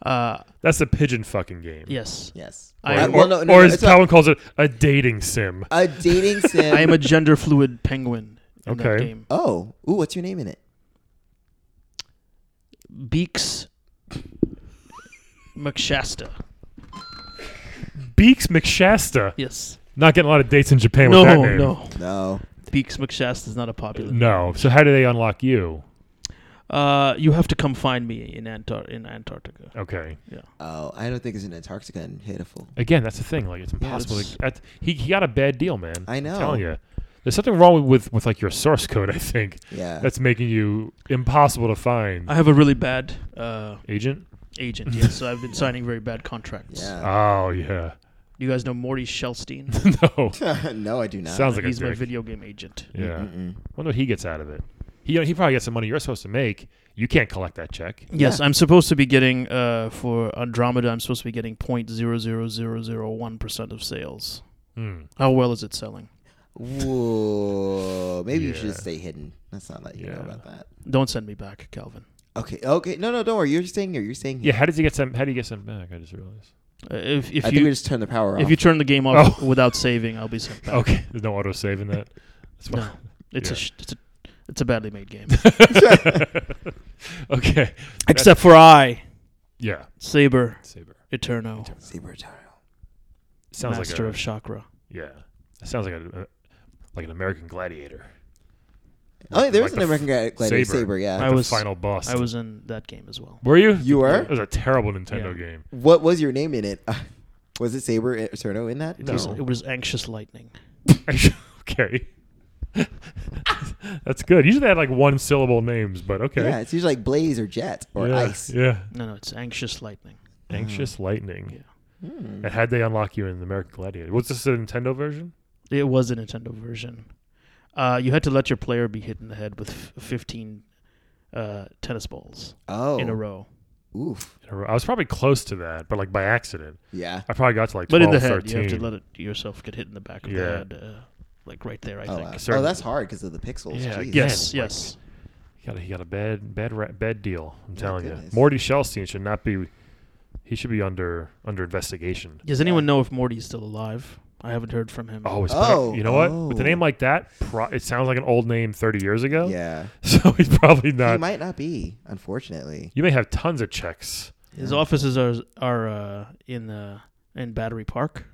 Speaker 4: uh,
Speaker 1: That's a pigeon fucking game.
Speaker 4: yes,
Speaker 3: Yes.
Speaker 4: I
Speaker 1: Or,
Speaker 4: am,
Speaker 3: Uh, well, no, no,
Speaker 1: or
Speaker 3: no,
Speaker 1: as
Speaker 3: it's a-
Speaker 1: Calvin calls it, a dating sim.
Speaker 3: A dating sim.
Speaker 4: I am a gender fluid penguin in that
Speaker 1: Okay.
Speaker 4: game.
Speaker 3: oh, ooh, what's your name in it?
Speaker 4: Beaks McShasta.
Speaker 1: Beaks McShasta.
Speaker 4: Yes.
Speaker 1: Not getting a lot of dates in Japan
Speaker 4: no,
Speaker 1: with that name.
Speaker 4: no.
Speaker 3: No.
Speaker 4: Beaks McShasta is not a popular.
Speaker 1: No. So how do they unlock you?
Speaker 4: Uh, you have to come find me in Antar- in Antarctica.
Speaker 1: Okay.
Speaker 3: Oh, I don't think it's in Antarctica and Hateful.
Speaker 1: Again, that's the thing. Like it's impossible.
Speaker 4: it's-
Speaker 1: to, that, he he got a bad deal, man.
Speaker 3: I know.
Speaker 1: I'm telling you, there's something wrong with, with with like your source code. I think
Speaker 3: Yeah.
Speaker 1: that's making you impossible to find.
Speaker 4: I have a really bad uh,
Speaker 1: Agent.
Speaker 4: agent, yes, so I've been signing very bad contracts.
Speaker 3: yeah.
Speaker 1: Oh yeah.
Speaker 4: You guys know Morty Shelstein?
Speaker 1: no.
Speaker 3: no, I do not.
Speaker 1: Sounds like
Speaker 4: He's
Speaker 1: a
Speaker 4: my
Speaker 1: dick.
Speaker 4: video game agent.
Speaker 1: Yeah.
Speaker 3: Mm-mm.
Speaker 1: Wonder what he gets out of it. He he probably gets some money you're supposed to make. You can't collect that check.
Speaker 4: Yes, I'm supposed to be getting uh, for Andromeda. I'm supposed to be getting point zero zero zero zero one percent of sales.
Speaker 1: Hmm.
Speaker 4: How well is it selling?
Speaker 3: Whoa. Maybe you should
Speaker 1: Yeah.
Speaker 3: just stay hidden. Let's not let you know
Speaker 1: Yeah.
Speaker 3: about that.
Speaker 4: Don't send me back, Calvin.
Speaker 3: Okay. Okay. No, no, don't worry. You're staying here. You're staying
Speaker 1: Yeah.
Speaker 3: here.
Speaker 1: How does he get some? How do you get some back? I just realized.
Speaker 4: Uh, if
Speaker 3: I
Speaker 4: if
Speaker 3: think we
Speaker 4: you
Speaker 3: just turn the power off.
Speaker 4: if you turn the game off
Speaker 1: Oh.
Speaker 4: without saving, I'll be sent back.
Speaker 1: Okay. There's no auto save in that. That's
Speaker 4: No,
Speaker 1: fine.
Speaker 4: it's a
Speaker 1: Yeah.
Speaker 4: sh- it's a it's a badly made game.
Speaker 1: okay.
Speaker 4: Except for I,
Speaker 1: Yeah.
Speaker 4: Saber
Speaker 1: Saber.
Speaker 4: Eterno,
Speaker 3: Saber Eternal.
Speaker 1: Sounds
Speaker 4: Master
Speaker 1: like
Speaker 4: of
Speaker 1: a,
Speaker 4: Chakra.
Speaker 1: yeah. That sounds like a uh, like an American gladiator.
Speaker 3: Oh,
Speaker 1: Like
Speaker 3: there was an
Speaker 1: the
Speaker 3: American guy. Gladiator
Speaker 1: Saber.
Speaker 3: Saber. yeah.
Speaker 4: I
Speaker 1: the
Speaker 4: was-
Speaker 1: final boss.
Speaker 4: I was in that game as well.
Speaker 1: Were you?
Speaker 3: You were?
Speaker 1: It was a terrible Nintendo
Speaker 4: Yeah.
Speaker 1: game.
Speaker 3: What was your name in it? was it Saber Eterno in that?
Speaker 4: It, was,
Speaker 1: No.
Speaker 4: it was Anxious Lightning.
Speaker 1: okay. That's good. Usually they had like one syllable names, but okay.
Speaker 3: Yeah, it's usually like Blaze or Jet or
Speaker 1: yeah,
Speaker 3: Ice.
Speaker 1: Yeah.
Speaker 4: No, no, it's Anxious Lightning.
Speaker 1: Anxious Lightning.
Speaker 3: Hmm.
Speaker 1: And had they unlock you in the American Gladiator? Was this a Nintendo version?
Speaker 4: It was a Nintendo version. Uh, you had to let your player be hit in the head with f- 15 uh, tennis balls
Speaker 3: Oh.
Speaker 4: in a row.
Speaker 3: Oof.
Speaker 1: I was probably close to that, but like by accident.
Speaker 3: Yeah.
Speaker 1: I probably got to like 12,
Speaker 4: But in the head,
Speaker 1: 13.
Speaker 4: you have to let it, yourself get hit in the back of the
Speaker 1: Yeah.
Speaker 4: head, uh, like right there, I
Speaker 3: Oh,
Speaker 4: think.
Speaker 3: wow.
Speaker 1: Certain-
Speaker 3: oh, that's hard because of the pixels.
Speaker 1: Yeah,
Speaker 3: Jeez.
Speaker 1: yeah.
Speaker 4: Yes,
Speaker 1: Man, like-
Speaker 4: yes.
Speaker 1: He got a, he got a bad bad ra- bad deal. I'm telling you,
Speaker 3: goodness.
Speaker 1: Morty Shelstein should not be. He should be under under investigation.
Speaker 4: Does anyone know if Morty's still alive? I haven't heard from him.
Speaker 1: Oh, it's
Speaker 3: Oh,
Speaker 1: better. You know what? With a
Speaker 3: oh.
Speaker 1: name like that, pro- it sounds like an old name 30 years ago.
Speaker 3: Yeah.
Speaker 1: So he's probably
Speaker 3: he
Speaker 1: not.
Speaker 3: might not be, unfortunately.
Speaker 1: you may have tons of checks.
Speaker 4: His offices are are uh, in uh, in Battery Park.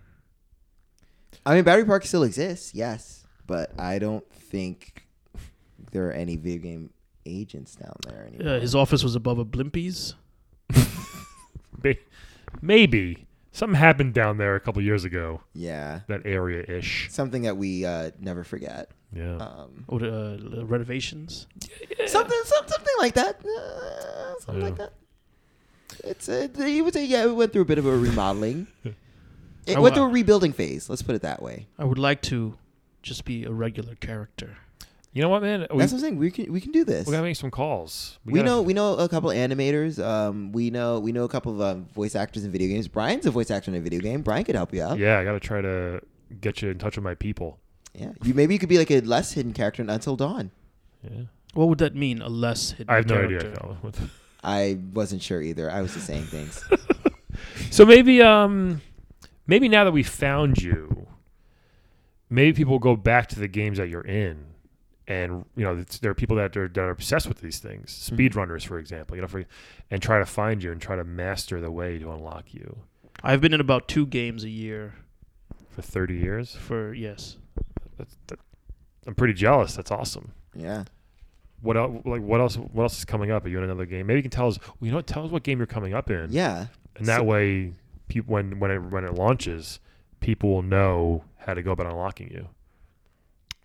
Speaker 3: I mean, Battery Park still exists, yes, but I don't think there are any video game agents down there anymore.
Speaker 4: Uh, his office was above a Blimpies.
Speaker 1: May- Maybe something happened down there a couple years ago.
Speaker 3: yeah.
Speaker 1: That area ish.
Speaker 3: Something that we uh, never forget.
Speaker 1: Yeah.
Speaker 3: Um,
Speaker 4: Or, uh, renovations.
Speaker 3: Something, some- something like that. Uh, something like
Speaker 1: Yeah.
Speaker 3: that. It's uh, he would say, yeah, we went through a bit of a remodeling. it
Speaker 4: I
Speaker 3: went
Speaker 4: wa-
Speaker 3: through a rebuilding phase. Let's put it that way.
Speaker 4: I would like to just be a regular character.
Speaker 1: you know what, man? We,
Speaker 3: That's what I'm saying. We can we can do this.
Speaker 1: we gotta make some calls.
Speaker 3: We
Speaker 1: gotta-
Speaker 3: know we know a couple animators. Um, we know we know a couple of um, voice actors in video games. Brian's a voice actor in a video game. Brian could help you out. Yeah.
Speaker 1: Yeah, I gotta try to get you in touch with my people.
Speaker 3: You maybe you could be like a less hidden character in Until Dawn.
Speaker 1: Yeah.
Speaker 4: What would that mean? A less hidden
Speaker 1: I have no
Speaker 4: character.
Speaker 1: idea. Colin, what the-
Speaker 3: I wasn't sure either. I was just saying things.
Speaker 1: So maybe um maybe now that we found you, maybe people will go back to the games that you're in. And you know, it's, there are people that are that are obsessed with these things. Speedrunners, for example, you know, for, and try to find you and try to master the way to unlock you
Speaker 4: I've been in about two games a year
Speaker 1: for 30 years.
Speaker 4: for yes.
Speaker 1: That's, that, I'm pretty jealous. That's awesome.
Speaker 3: yeah.
Speaker 1: What else? Like what else? What else is coming up? Are you in another game? Maybe you can tell us. Well, you know, what? tell us what game you're coming up in.
Speaker 3: Yeah.
Speaker 1: and that
Speaker 3: So-
Speaker 1: way, peop when when it when it launches, people will know how to go about unlocking you.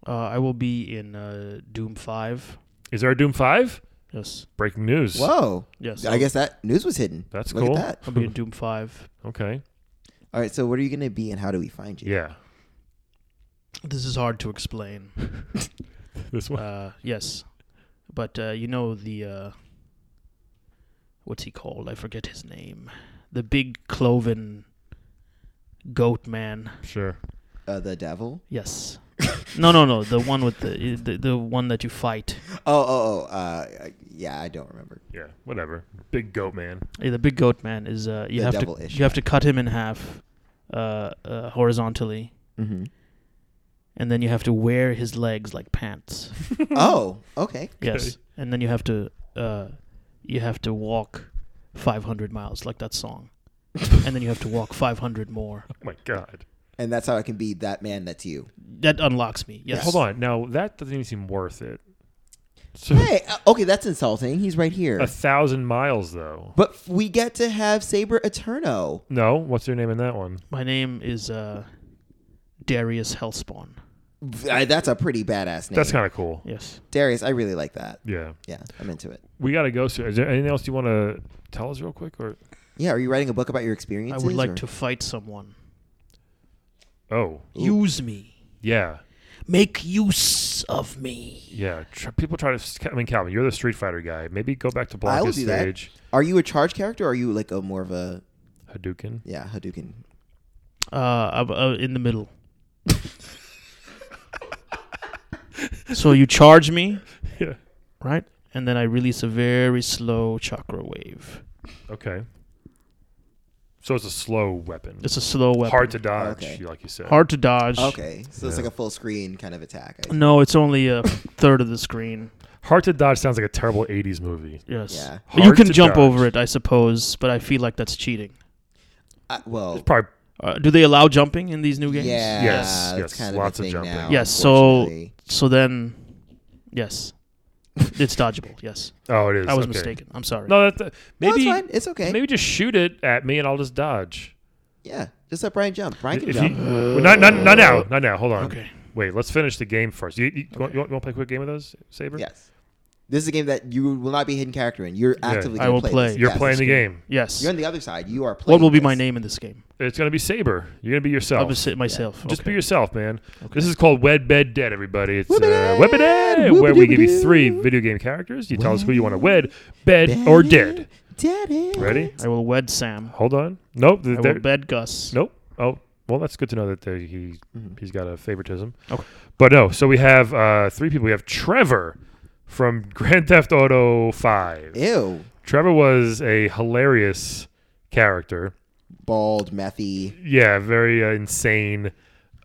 Speaker 4: Uh, I will be in uh, Doom Five.
Speaker 1: Is there a Doom Five?
Speaker 4: Yes,
Speaker 1: Breaking news.
Speaker 3: Whoa.
Speaker 4: yes.
Speaker 3: I guess that news was hidden.
Speaker 1: That's
Speaker 3: Look
Speaker 1: cool.
Speaker 3: At that.
Speaker 4: I'll be in Doom Five.
Speaker 1: Okay.
Speaker 3: All right. So what are you gonna be and how do we find you?
Speaker 1: Yeah.
Speaker 4: This is hard to explain.
Speaker 1: This one.
Speaker 4: Uh, yes, but uh, you know the uh, what's he called? I forget his name. The big cloven goat man.
Speaker 1: sure.
Speaker 3: Uh, the devil.
Speaker 4: Yes. no, no, no. The one with the the, the one that you fight.
Speaker 3: Oh oh oh. Uh, yeah. I don't remember.
Speaker 1: Yeah. Whatever. Big goat man.
Speaker 4: Yeah, the big goat man is uh, you
Speaker 3: The
Speaker 4: have to
Speaker 3: devil-ish
Speaker 4: you have to cut him in half uh, uh, horizontally,
Speaker 3: Mm-hmm.
Speaker 4: and then you have to wear his legs like pants.
Speaker 3: oh. Okay.
Speaker 4: Yes, and then you have to uh, you have to walk 500 miles like that song, and then you have to walk 500 more.
Speaker 1: Oh my God.
Speaker 3: And that's how I can be that man. That's you.
Speaker 4: That unlocks me. Yes.
Speaker 1: Hold on. Now that doesn't even seem worth it. So
Speaker 3: Hey, uh, okay, that's insulting. He's right here.
Speaker 1: a thousand miles though.
Speaker 3: but f- we get to have Saber Eterno.
Speaker 1: No, what's her name in that one?
Speaker 4: My name is uh, Darius Hellspawn.
Speaker 3: I, that's a pretty badass name.
Speaker 1: That's kind of cool.
Speaker 4: Yes.
Speaker 3: Darius. I really like that.
Speaker 1: Yeah,
Speaker 3: Yeah, I'm into it.
Speaker 1: we got to go soon. Is there anything else you want to tell us real quick? Or
Speaker 3: Yeah, are you writing a book about your experiences?
Speaker 4: I would like
Speaker 3: or-
Speaker 4: to fight someone.
Speaker 1: oh
Speaker 4: Use me.
Speaker 1: yeah,
Speaker 4: Make use of me.
Speaker 1: yeah. Tr- people try to. I mean, Calvin, you're the Street Fighter guy. Maybe go back to
Speaker 3: I will
Speaker 1: Blanca's
Speaker 3: do that.
Speaker 1: stage.
Speaker 3: Are you a charge character? or Are you like a more of a
Speaker 1: Hadouken.
Speaker 3: yeah Hadouken?
Speaker 4: Uh, I'm, uh, in the middle. so you charge me,
Speaker 1: Yeah.
Speaker 4: right? And then I release a very slow chakra wave.
Speaker 1: Okay. So it's a slow weapon.
Speaker 4: It's a slow weapon.
Speaker 1: hard to dodge,
Speaker 3: Okay.
Speaker 1: like you said.
Speaker 4: hard to dodge.
Speaker 3: Okay, so it's
Speaker 1: Yeah.
Speaker 3: like a full screen kind of attack. I-
Speaker 4: No, it's only a third of the screen.
Speaker 1: Hard to dodge sounds like a terrible '80s movie.
Speaker 4: Yes.
Speaker 3: Yeah.
Speaker 4: But you
Speaker 1: Hard
Speaker 4: can
Speaker 1: to
Speaker 4: jump
Speaker 1: dodge.
Speaker 4: over it, I suppose, but I feel like that's cheating.
Speaker 3: I, well,
Speaker 1: Probably
Speaker 4: Uh, do they allow jumping in these new
Speaker 3: yeah,
Speaker 4: games?
Speaker 1: Yes,
Speaker 3: that's
Speaker 1: yes,
Speaker 3: kind
Speaker 1: lots
Speaker 3: of
Speaker 1: of
Speaker 3: a thing
Speaker 1: jumping.
Speaker 3: now.
Speaker 4: Yes, so-
Speaker 3: unfortunately.
Speaker 4: So then, yes, it's dodgeable. Yes,
Speaker 1: Oh, it is.
Speaker 4: I was
Speaker 1: okay.
Speaker 4: mistaken. I'm sorry.
Speaker 1: No, that, that-
Speaker 3: No,
Speaker 1: maybe
Speaker 3: it's fine. It's okay.
Speaker 1: maybe just shoot it at me and I'll just dodge.
Speaker 3: Yeah, just let Brian jump. Brian can
Speaker 1: If you-
Speaker 3: jump.
Speaker 1: well, not, not, not now, not now. Hold on.
Speaker 4: Okay.
Speaker 1: Wait, let's finish the game first. You, you, want, you want to play a quick game of those, Saber?
Speaker 3: Yes, this is a game that you will not be hidden character in. You're actively.
Speaker 4: I
Speaker 3: gonna
Speaker 4: will play.
Speaker 3: this.
Speaker 1: You're
Speaker 3: Yes,
Speaker 1: playing
Speaker 3: this
Speaker 1: the
Speaker 3: game.
Speaker 1: game.
Speaker 4: Yes.
Speaker 3: You're on the other side. You are playing.
Speaker 4: what will be my
Speaker 3: this.
Speaker 4: name in this game?
Speaker 1: It's gonna be Saber. You're gonna be yourself.
Speaker 4: I'll just sit myself.
Speaker 1: Just
Speaker 4: Okay.
Speaker 1: be yourself, man. This is called Wed Bed Dead, everybody. It's uh,
Speaker 3: Wed-bed!
Speaker 1: Wed Bed Dead, where we give you
Speaker 3: Whoop-a-doop-a-doo.
Speaker 1: three video game characters. You tell us who you want to wed, bed, or dead.
Speaker 3: Dead.
Speaker 1: Ready?
Speaker 4: I will wed Sam.
Speaker 1: Hold on. Nope. th-
Speaker 4: I
Speaker 1: there-
Speaker 4: will bed Gus.
Speaker 1: Nope. Oh, well, that's good to know that there, he
Speaker 4: Mm-hmm.
Speaker 1: he's got a favoritism.
Speaker 4: Okay.
Speaker 1: But no, so we have uh, three people. We have Trevor from Grand Theft Auto Five.
Speaker 3: Ew.
Speaker 1: Trevor was a hilarious character.
Speaker 3: Bald, methy.
Speaker 1: Yeah, very uh, insane.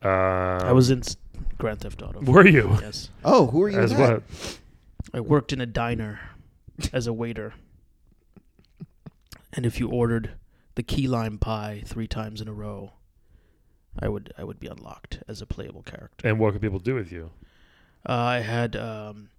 Speaker 1: Uh,
Speaker 4: I was in s- Grand Theft Auto.
Speaker 1: Were you
Speaker 4: Yes,
Speaker 3: Oh, who are you?
Speaker 1: as
Speaker 3: in that?
Speaker 1: what?
Speaker 4: I worked in a diner as a waiter, and if you ordered the key lime pie three times in a row, I would I would be unlocked as a playable character.
Speaker 1: And what could people do with you?
Speaker 4: Uh, I had um,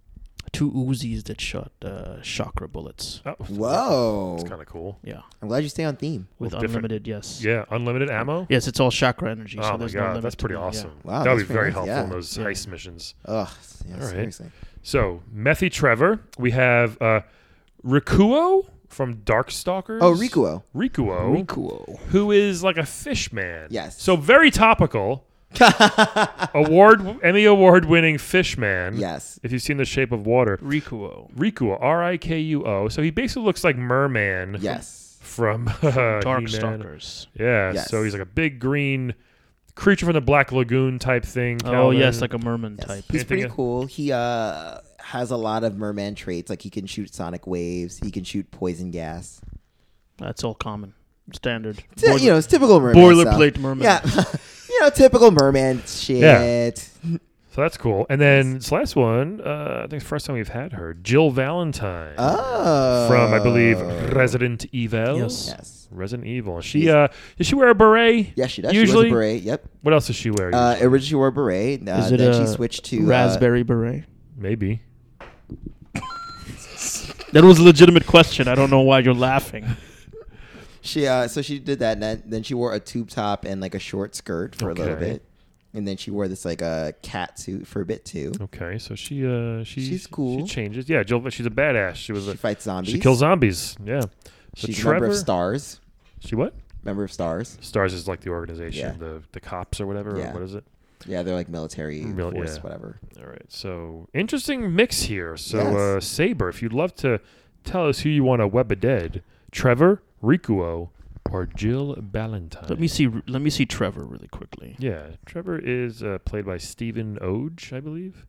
Speaker 4: two Uzis that shot uh, chakra bullets.
Speaker 1: Oh,
Speaker 3: Whoa.
Speaker 1: that's kind of cool.
Speaker 4: Yeah,
Speaker 3: I'm glad you stay on theme.
Speaker 4: with
Speaker 1: different-
Speaker 4: unlimited. Yes.
Speaker 1: Yeah, unlimited ammo.
Speaker 4: Yes, it's all chakra energy. so
Speaker 1: oh my
Speaker 4: there's
Speaker 1: god,
Speaker 4: no limit
Speaker 1: that's
Speaker 4: to
Speaker 1: pretty
Speaker 4: them, yeah.
Speaker 1: awesome.
Speaker 3: Wow,
Speaker 1: that
Speaker 3: that's
Speaker 1: would be
Speaker 3: pretty
Speaker 1: very
Speaker 3: nice,
Speaker 1: helpful
Speaker 3: yeah.
Speaker 1: in those
Speaker 4: Yeah.
Speaker 1: heist missions.
Speaker 3: Ugh. Yeah,
Speaker 1: right.
Speaker 3: Seriously.
Speaker 1: So, Methy Trevor, we have uh, Rikuo from Darkstalkers.
Speaker 3: Oh, Rikuo.
Speaker 1: Rikuo,
Speaker 3: Cool.
Speaker 1: who is like a fish man.
Speaker 3: Yes.
Speaker 1: So, very topical. award Emmy award winning fish man.
Speaker 3: Yes.
Speaker 1: If you've seen The Shape of Water.
Speaker 4: Rikuo.
Speaker 1: Rikuo, R I K U O. So, he basically looks like Merman
Speaker 3: Yes.
Speaker 1: from uh, He-Man.
Speaker 4: Darkstalkers.
Speaker 1: Yeah.
Speaker 3: Yes.
Speaker 1: So he's like a big green creature from the Black Lagoon type thing.
Speaker 4: Oh
Speaker 1: Calvin.
Speaker 4: yes, like a merman
Speaker 3: Yes.
Speaker 4: type.
Speaker 3: He's pretty
Speaker 1: Anything-
Speaker 3: cool. He uh has a lot of merman traits. Like he can shoot sonic waves. He can shoot poison gas.
Speaker 4: That's all common, standard.
Speaker 3: Ti-
Speaker 4: Boiler-
Speaker 3: you know, it's typical merman.
Speaker 4: boilerplate
Speaker 3: stuff.
Speaker 4: merman.
Speaker 3: Yeah. you know, typical merman shit.
Speaker 1: so that's cool. And then this last one, uh, I think it's the first time we've had her, Jill Valentine
Speaker 3: Oh.
Speaker 1: from I believe Resident Evil.
Speaker 4: Yes.
Speaker 3: Yes.
Speaker 1: Resident Evil. She
Speaker 3: Oh. She's-
Speaker 1: uh, does she wear a beret?
Speaker 3: Yes, she does.
Speaker 1: Usually-
Speaker 3: she wears a beret. Yep.
Speaker 1: What else does she wear?
Speaker 3: Uh,
Speaker 1: usually?
Speaker 3: originally she wore a beret. Uh,
Speaker 4: Is it
Speaker 3: then
Speaker 4: a
Speaker 3: she switched to uh,
Speaker 4: raspberry beret?
Speaker 1: Maybe.
Speaker 4: That was a legitimate question. I don't know why you're laughing.
Speaker 3: She uh, so she did that, and then- then she wore a tube top and like a short skirt for a little
Speaker 1: Okay.
Speaker 3: bit, and then she wore this like a cat suit for a bit too.
Speaker 1: Okay, so she uh, she
Speaker 3: She's cool.
Speaker 1: She changes. Yeah, Jill. She's a badass. She was.
Speaker 3: She
Speaker 1: a,
Speaker 3: fights zombies.
Speaker 1: she kills zombies. Yeah. So
Speaker 3: She's a
Speaker 1: Trevor.
Speaker 3: member of Stars.
Speaker 1: She what?
Speaker 3: Member of Stars.
Speaker 1: Stars is like the organization,
Speaker 3: Yeah.
Speaker 1: the the cops or whatever. Or
Speaker 3: Yeah.
Speaker 1: what is it?
Speaker 3: Yeah, they're like military
Speaker 1: Mil-
Speaker 3: force,
Speaker 1: yeah.
Speaker 3: whatever.
Speaker 1: All right. So interesting mix here. So
Speaker 3: Yes.
Speaker 1: uh, Saber, if you'd love to tell us who you want to web a dead, Trevor, Rikuo, or Jill Ballantyne.
Speaker 4: Let me see. Let me see Trevor really quickly.
Speaker 1: Yeah, Trevor is uh, played by Stephen Oge, I believe,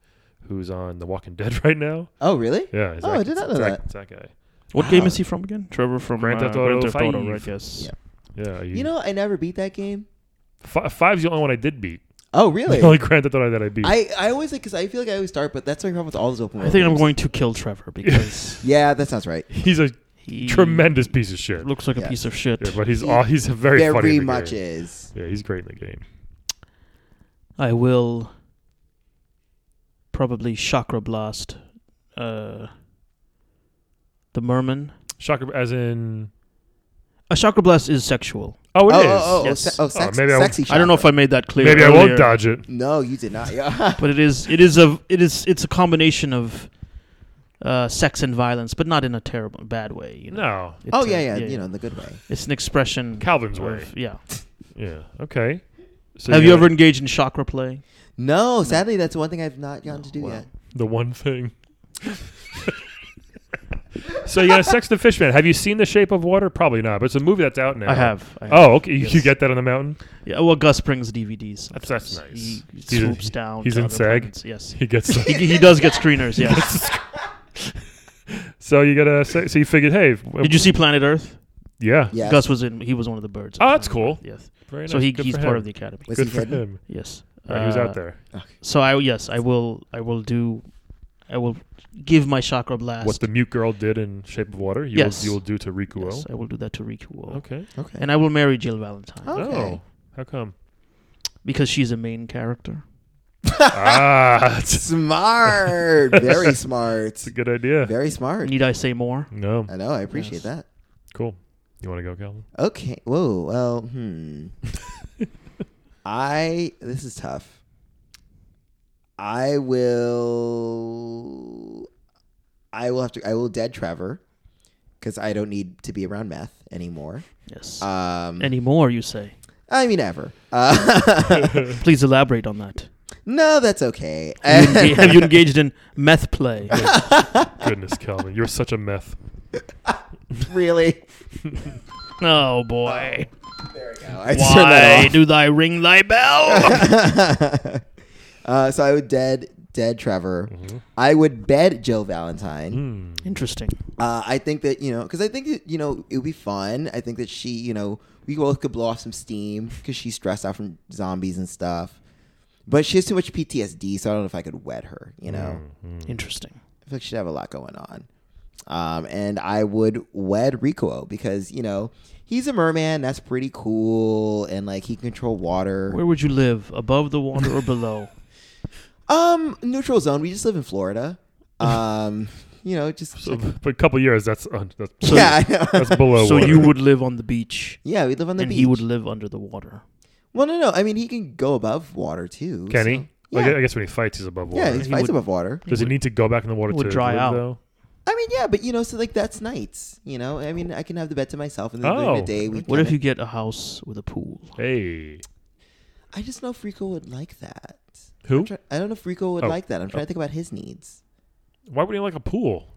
Speaker 1: who's on The Walking Dead right now.
Speaker 3: Oh, really?
Speaker 1: Yeah. he's
Speaker 3: Oh, I
Speaker 1: that-
Speaker 3: did not
Speaker 1: it's
Speaker 3: know
Speaker 1: that- it's that guy.
Speaker 4: What
Speaker 3: Wow.
Speaker 4: game is he from again? Trevor from
Speaker 1: Grand
Speaker 4: uh,
Speaker 1: Theft Auto
Speaker 4: Grand Theft Auto,
Speaker 1: 5.
Speaker 4: right? Yes.
Speaker 3: Yeah.
Speaker 1: Yeah.
Speaker 3: You know, I never beat that game.
Speaker 1: fi- five's the only one I did beat.
Speaker 3: Oh,
Speaker 1: The only
Speaker 3: really?
Speaker 1: Grand Theft Auto that I beat.
Speaker 3: I, I always like because I feel like I always start, but that's my problem with all those open
Speaker 4: I
Speaker 3: world.
Speaker 4: think I'm
Speaker 3: games.
Speaker 4: going to kill Trevor because
Speaker 3: Yeah, that sounds right.
Speaker 1: he's a
Speaker 4: he
Speaker 1: tremendous piece of shit.
Speaker 4: Looks like a
Speaker 3: Yes.
Speaker 4: piece of shit.
Speaker 1: Yeah, but he's
Speaker 3: He
Speaker 1: aw- he's very
Speaker 3: Very,
Speaker 1: funny in the
Speaker 3: much
Speaker 1: game.
Speaker 3: is.
Speaker 1: Yeah, he's great in the game.
Speaker 4: I will probably chakra blast uh, the merman.
Speaker 1: Shocker, as in.
Speaker 4: A chakra blast is sexual.
Speaker 1: Oh, it is.
Speaker 3: oh, oh, oh,
Speaker 4: Yes.
Speaker 3: se- oh,
Speaker 1: Oh,
Speaker 3: sex-
Speaker 1: maybe I won't-
Speaker 3: sexy.
Speaker 4: I don't know if
Speaker 3: chakra.
Speaker 4: I made that clear.
Speaker 1: Maybe I
Speaker 4: earlier,
Speaker 1: won't dodge it.
Speaker 3: No, you did not. Yeah.
Speaker 4: But it is it is a it is it's a combination of uh, sex and violence, but not in a terrible bad way. You know?
Speaker 1: No.
Speaker 4: It's
Speaker 3: oh
Speaker 4: a-
Speaker 3: yeah, yeah, You know, in the good way.
Speaker 4: It's an expression.
Speaker 1: Calvin's
Speaker 4: of-
Speaker 1: way.
Speaker 4: Yeah.
Speaker 1: Yeah. Okay. So
Speaker 4: Have you
Speaker 1: got
Speaker 4: ever engaged in chakra play?
Speaker 3: No, sadly, that's one thing I've not gotten to do
Speaker 4: Wow.
Speaker 3: yet.
Speaker 1: The one thing. so yeah, Sex the Fishman. Have you seen The Shape of Water? Probably not, but it's a movie that's out now.
Speaker 4: I have. I have.
Speaker 1: Oh, okay. You- You
Speaker 4: Yes.
Speaker 1: get that on the mountain?
Speaker 4: Yeah, well, Gus brings DVDs.
Speaker 1: That's- that's
Speaker 4: sometimes.
Speaker 1: nice.
Speaker 4: He
Speaker 1: He's in-
Speaker 4: swoops down.
Speaker 1: he's
Speaker 4: to
Speaker 1: in
Speaker 4: other
Speaker 1: SAG?
Speaker 4: planets, Yes,
Speaker 1: He gets.
Speaker 4: he, he does get screeners. Yeah.
Speaker 1: so you gotta. say- So you figured, hey, w-
Speaker 4: Did you see Planet Earth?
Speaker 1: Yeah.
Speaker 3: Yes.
Speaker 4: Gus was in. He was one of the birds.
Speaker 1: Oh, that's cool.
Speaker 4: Yes.
Speaker 1: Very
Speaker 4: So
Speaker 1: nice.
Speaker 4: he,
Speaker 1: Good
Speaker 4: he's
Speaker 1: for
Speaker 4: part
Speaker 1: him.
Speaker 4: of the academy.
Speaker 3: Was
Speaker 1: Good
Speaker 3: he
Speaker 1: for
Speaker 3: hidden?
Speaker 1: him.
Speaker 4: Yes.
Speaker 1: Right, he was
Speaker 4: Uh,
Speaker 1: out there.
Speaker 4: So I yes I will I will do, I will give my chakra blast.
Speaker 1: What the mute girl did in Shape of Water, you
Speaker 4: Yes.
Speaker 1: will you will do to Rikuo.
Speaker 4: Yes, I will do that to Riku.
Speaker 1: Okay.
Speaker 3: Okay.
Speaker 4: And I will marry Jill Valentine
Speaker 3: Oh. Okay.
Speaker 1: Oh, how come?
Speaker 4: because she's a main character.
Speaker 1: ah, that's
Speaker 3: smart. Very smart.
Speaker 1: a good idea.
Speaker 3: Very smart.
Speaker 4: Need I say more?
Speaker 1: No,
Speaker 3: I know. I appreciate
Speaker 4: Yes.
Speaker 3: that.
Speaker 1: cool. You want to go, Calvin?
Speaker 3: Okay. Whoa. Well, hmm. I. This is tough. I will. I will have to. I will dead Trevor, because I don't need to be around meth anymore.
Speaker 4: Yes.
Speaker 3: Um.
Speaker 4: Any more you say?
Speaker 3: I mean, ever. Uh,
Speaker 4: Please elaborate on that.
Speaker 3: no, that's okay.
Speaker 4: Have you enga- have you engaged in meth play?
Speaker 1: Goodness, Calvin, you're such a meth.
Speaker 3: really.
Speaker 4: Oh boy!
Speaker 3: There we go. I just turned that
Speaker 4: Why
Speaker 3: off.
Speaker 4: do thy ring thy bell?
Speaker 3: uh, so I would dead dead Trevor. I would bed Jill Valentine.
Speaker 4: Interesting.
Speaker 3: Uh, I think that you know, because I think that you know it would be fun. I think that she, you know, we both could blow off some steam because she's stressed out from zombies and stuff. But she has too much PTSD, so I don't know if I could wed her. You know,
Speaker 4: Mm. Mm-hmm. Interesting.
Speaker 3: I feel like she'd have a lot going on. Um, and I would wed Rico because you know he's a merman. That's pretty cool, and like he can control water.
Speaker 4: Where would you live? Above the water or below?
Speaker 3: Um, neutral zone. We just live in Florida. Um, you know, just
Speaker 1: So, for a couple years, that's uh, that's,
Speaker 3: yeah, I know.
Speaker 1: that's below.
Speaker 4: so
Speaker 1: water.
Speaker 4: you would live on the beach,
Speaker 3: yeah. We live on the
Speaker 4: and
Speaker 3: beach.
Speaker 4: he would live under the water.
Speaker 3: Well, no, no. I mean, he can go above water too.
Speaker 1: Can he?
Speaker 3: so-
Speaker 1: Well, I
Speaker 3: Yeah.
Speaker 1: gue- I guess when he fights, he's above water.
Speaker 3: Yeah, he
Speaker 4: He
Speaker 3: fights
Speaker 4: would-
Speaker 3: above water.
Speaker 1: Does he need to go back in the water
Speaker 4: would
Speaker 1: to
Speaker 4: dry
Speaker 1: live,
Speaker 4: out.
Speaker 1: Though?
Speaker 3: I mean, yeah, but you know, so like that's nights. You know, I mean, I can have the bed to myself, and then during
Speaker 1: Oh.
Speaker 3: the day we.
Speaker 4: What
Speaker 3: kinda-
Speaker 4: if you get a house with a pool?
Speaker 1: Hey,
Speaker 3: I just know if Rico would like that.
Speaker 1: who?
Speaker 3: I'm try- I don't know if Rico would
Speaker 1: Oh.
Speaker 3: like that. I'm trying to think about his needs.
Speaker 1: Why would he like a pool?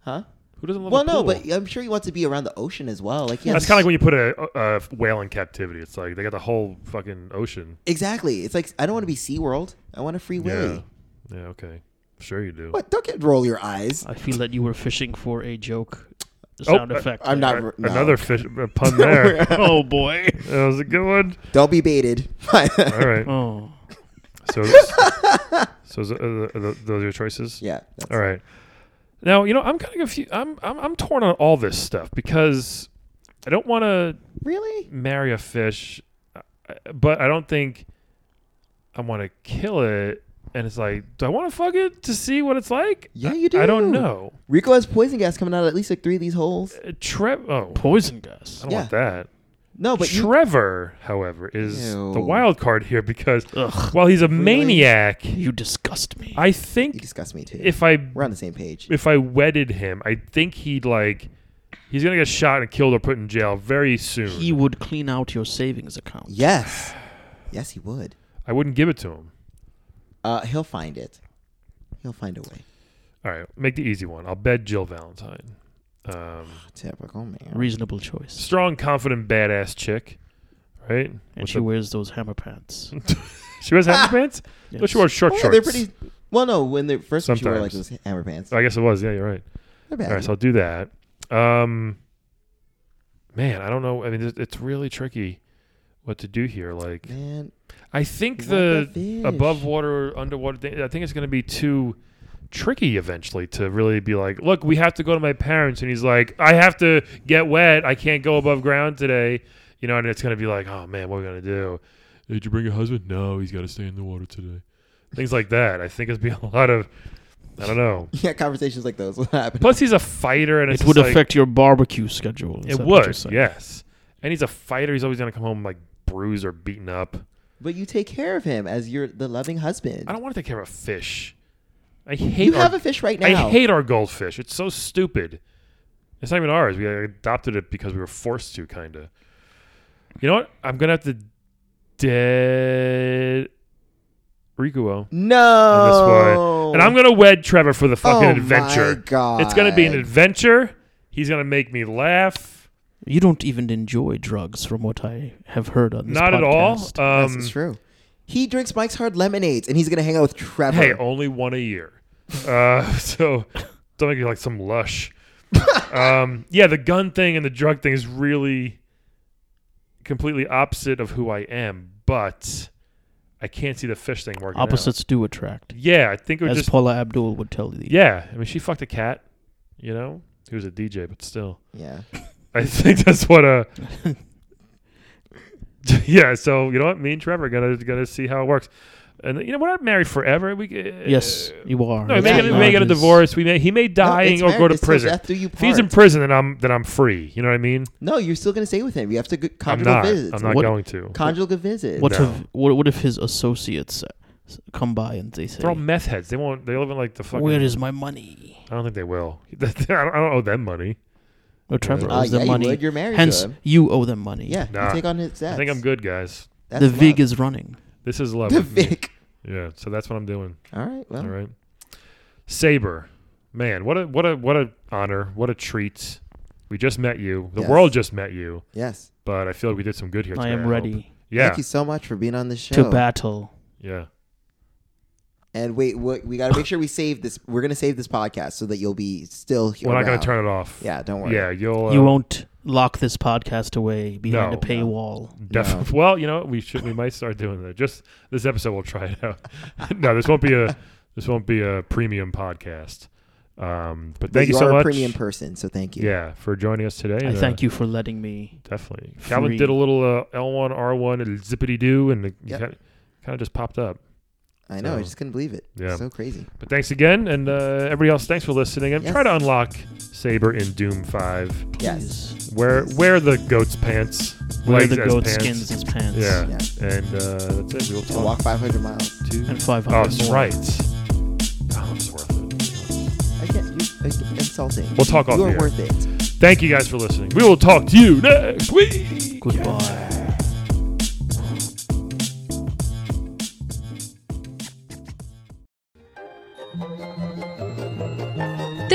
Speaker 3: Huh?
Speaker 1: Who doesn't love
Speaker 3: Well,
Speaker 1: a pool?
Speaker 3: no, but I'm sure he wants to be around the ocean as well. Like, yeah,
Speaker 1: that's kind of like when you put a, a whale in captivity. It's like they got the whole fucking ocean.
Speaker 3: exactly. It's like I don't want to be SeaWorld. I want a free Willy.
Speaker 1: Yeah. Yeah. Okay. Sure you do.
Speaker 3: What? Don't get roll your eyes.
Speaker 4: I feel that you were fishing for a joke
Speaker 1: Oh,
Speaker 4: sound
Speaker 1: I-
Speaker 4: effect.
Speaker 3: I'm
Speaker 4: there.
Speaker 3: not. r- no.
Speaker 1: Another fish a pun there.
Speaker 4: Oh boy.
Speaker 1: that was a good one.
Speaker 3: Don't be baited.
Speaker 1: All right.
Speaker 4: Oh.
Speaker 1: So, so is- uh, th- th- those are your choices.
Speaker 3: yeah. that's-
Speaker 1: All right. Now you know I'm kind of confused. I'm I'm I'm torn on all this stuff because I don't want to
Speaker 3: Really?
Speaker 1: marry a fish, uh, but I don't think I want to kill it. And it's like, do I want to fuck it to see what it's like?
Speaker 3: Yeah,
Speaker 1: I-
Speaker 3: you do.
Speaker 1: I don't know.
Speaker 3: Rico has poison gas coming out of at least like three of these holes.
Speaker 1: Uh, Trev. Oh, I
Speaker 4: Poison gas.
Speaker 1: don't
Speaker 3: Yeah.
Speaker 1: want that.
Speaker 3: No, but you,
Speaker 1: Trevor, however, is the
Speaker 3: Ew.
Speaker 1: wild card here because
Speaker 4: Ugh.
Speaker 1: while he's a
Speaker 3: Really?
Speaker 1: maniac,
Speaker 4: You disgust me.
Speaker 1: I
Speaker 3: you
Speaker 1: think
Speaker 3: disgust me too.
Speaker 1: if I
Speaker 3: We're on the same page.
Speaker 1: if I wedded him, I think he'd like he's gonna get shot and killed or put in jail very soon.
Speaker 4: he would clean out your savings account.
Speaker 3: Yes. Yes, he would.
Speaker 1: I wouldn't give it to him.
Speaker 3: Uh, he'll find it. He'll find a way.
Speaker 1: All right, make the easy one. I'll bed Jill Valentine. Um,
Speaker 3: Typical man.
Speaker 4: Reasonable choice.
Speaker 1: strong, confident, badass chick, right?
Speaker 4: And
Speaker 1: With
Speaker 4: she
Speaker 1: the-
Speaker 4: wears those hammer pants.
Speaker 1: she wears hammer pants. No,
Speaker 4: Yes.
Speaker 1: she wore short
Speaker 3: Oh, yeah,
Speaker 1: shorts.
Speaker 3: they're pretty. Well, no, when they first she wore like
Speaker 1: Sometimes.
Speaker 3: those hammer pants.
Speaker 1: I guess it was. Yeah, you're right.
Speaker 3: They're bad.
Speaker 1: All right, so I'll do that. Um, man, I don't know. I mean, it- it's really tricky what to do here. Like,
Speaker 3: man,
Speaker 1: I think
Speaker 3: What
Speaker 1: the,
Speaker 3: the
Speaker 1: above
Speaker 3: fish?
Speaker 1: water, underwater thing, I think it's going to be too tricky eventually to really be like, look, we have to go to my parents. And he's like, I have to get wet. I can't go above ground today. You know, and it's going to be like, oh man, what are we going to do? Did you bring your husband? No, he's got to stay in the water today. Things like that. I think it's be a lot of I don't know.
Speaker 3: Yeah, conversations like those will happen.
Speaker 1: Plus, he's a fighter, and it's
Speaker 4: it would
Speaker 1: just like-
Speaker 4: affect your barbecue schedule. is
Speaker 1: It
Speaker 4: that what you're
Speaker 1: would,
Speaker 4: saying?
Speaker 1: yes. And he's a fighter. He's always gonna come home like bruised or beaten up.
Speaker 3: But you take care of him as your the loving husband.
Speaker 1: I don't want to take care of a fish. I hate.
Speaker 3: you
Speaker 1: our,
Speaker 3: have a fish right now.
Speaker 1: I hate our goldfish. It's so stupid. It's not even ours. We adopted it because we were forced to, kind of. You know what? I'm gonna have to dead Rikuo.
Speaker 3: No.
Speaker 1: And I'm gonna wed Trevor for the fucking
Speaker 3: Oh
Speaker 1: adventure.
Speaker 3: my God.
Speaker 1: It's gonna be an adventure. He's gonna make me laugh.
Speaker 4: You don't even enjoy drugs, from what I have heard on this
Speaker 1: Not at all. Um,
Speaker 4: podcast.
Speaker 3: That's true. He drinks Mike's Hard Lemonades, and he's gonna hang out with Trevor.
Speaker 1: Hey, only one a year. Uh, so don't make it like some lush. um, yeah, the gun thing and the drug thing is really completely opposite of who I am, but I can't see the fish thing working. out.
Speaker 4: Opposites do attract,
Speaker 1: Yeah, I think it was
Speaker 4: as
Speaker 1: Oh, just.
Speaker 4: Paula Abdul would tell you.
Speaker 1: yeah, I mean, she fucked a cat, you know? He was a DJ, but still.
Speaker 3: Yeah.
Speaker 1: I think that's what uh yeah. So you know what? Me and Trevor are gonna gonna see how it works, and you know we're not married forever. We uh,
Speaker 4: Yes, you are.
Speaker 1: No, we
Speaker 4: It's
Speaker 1: may,
Speaker 3: Yeah,
Speaker 1: get, we
Speaker 4: not
Speaker 1: may get a
Speaker 4: as-
Speaker 1: divorce. We may he may die
Speaker 3: it's
Speaker 1: or go
Speaker 3: marriage.
Speaker 1: to
Speaker 3: It's till
Speaker 1: prison.
Speaker 3: death do you
Speaker 1: If he's in
Speaker 3: part.
Speaker 1: prison, then I'm then I'm free. You know what I mean?
Speaker 3: No, you're still gonna stay with him. You have to go-
Speaker 1: I'm
Speaker 3: conjugal
Speaker 1: not.
Speaker 3: visits.
Speaker 1: I'm not
Speaker 4: What-
Speaker 1: going to.
Speaker 3: Conjugal visits.
Speaker 4: What
Speaker 1: No.
Speaker 4: if what, what if his associates uh, come by and they say,
Speaker 1: They're all meth heads. They won't. They live in like the fucking.
Speaker 4: "Where is my money?"
Speaker 1: I don't think they will. I don't I don't owe them money.
Speaker 4: Or Trevor
Speaker 3: Uh,
Speaker 4: owes them
Speaker 3: yeah, you
Speaker 4: money.
Speaker 3: would. You're married to
Speaker 4: Hence,
Speaker 3: him.
Speaker 4: you owe them money.
Speaker 3: Yeah.
Speaker 1: Nah.
Speaker 3: You take on his debts.
Speaker 1: I think I'm good, guys.
Speaker 3: That's
Speaker 4: the vig
Speaker 3: love.
Speaker 4: is running.
Speaker 1: This is love.
Speaker 3: the Oh.
Speaker 1: with me.
Speaker 3: Vic.
Speaker 1: Yeah. So that's what I'm doing.
Speaker 3: All right. Well,
Speaker 1: All right. Saber, man, what a what a what a honor, what a treat. We just met you. The
Speaker 3: Yes.
Speaker 1: world just met you,
Speaker 3: yes.
Speaker 1: but I feel like we did some good here.
Speaker 4: I
Speaker 1: today,
Speaker 4: am
Speaker 1: hope.
Speaker 4: ready
Speaker 1: Yeah,
Speaker 3: Thank you so much for being on the show.
Speaker 4: to battle.
Speaker 1: yeah.
Speaker 3: And wait, what, we got to make sure we save this. We're gonna save this podcast so that you'll be still.
Speaker 1: We're not gonna
Speaker 3: around.
Speaker 1: turn it off.
Speaker 3: Yeah, don't worry.
Speaker 1: Yeah, you'll. Uh,
Speaker 4: you won't lock this podcast away behind
Speaker 1: No.
Speaker 4: a paywall.
Speaker 1: Def- Well, you know, we should. We might start doing that. Just this episode, we'll try it out. no, this won't be a this won't be a premium podcast. Um, but
Speaker 3: But
Speaker 1: thank you, so
Speaker 3: are
Speaker 1: much.
Speaker 3: a premium person, so thank you.
Speaker 1: yeah, for joining us today. uh,
Speaker 4: I thank you for letting me.
Speaker 1: Definitely. Calvin
Speaker 4: Free.
Speaker 1: did a little uh, L1, R1, zippity doo, and it
Speaker 3: Yep.
Speaker 1: kind of just popped up.
Speaker 3: I know. I
Speaker 1: So-
Speaker 3: just couldn't believe it.
Speaker 1: Yeah.
Speaker 3: So crazy.
Speaker 1: But thanks again, and uh, everybody else, thanks for listening. And
Speaker 3: Yes.
Speaker 1: try to unlock Saber in Doom Five.
Speaker 3: Yes.
Speaker 4: Please.
Speaker 1: Wear wear the goat's pants.
Speaker 4: Wear
Speaker 1: legs
Speaker 4: the
Speaker 1: as
Speaker 4: goat
Speaker 1: pants.
Speaker 4: skins as pants.
Speaker 1: Yeah.
Speaker 3: Yeah.
Speaker 1: And uh, that's it. We'll
Speaker 3: To
Speaker 1: talk
Speaker 3: walk 500 miles.
Speaker 1: to.
Speaker 4: And 500
Speaker 1: oh, that's
Speaker 4: more.
Speaker 1: right. Oh, it's worth it.
Speaker 3: Again, you uh, insulting.
Speaker 1: We'll talk off
Speaker 3: You
Speaker 1: the
Speaker 3: are
Speaker 1: air.
Speaker 3: worth it.
Speaker 1: Thank you guys for listening. We will talk to you next week.
Speaker 4: Goodbye.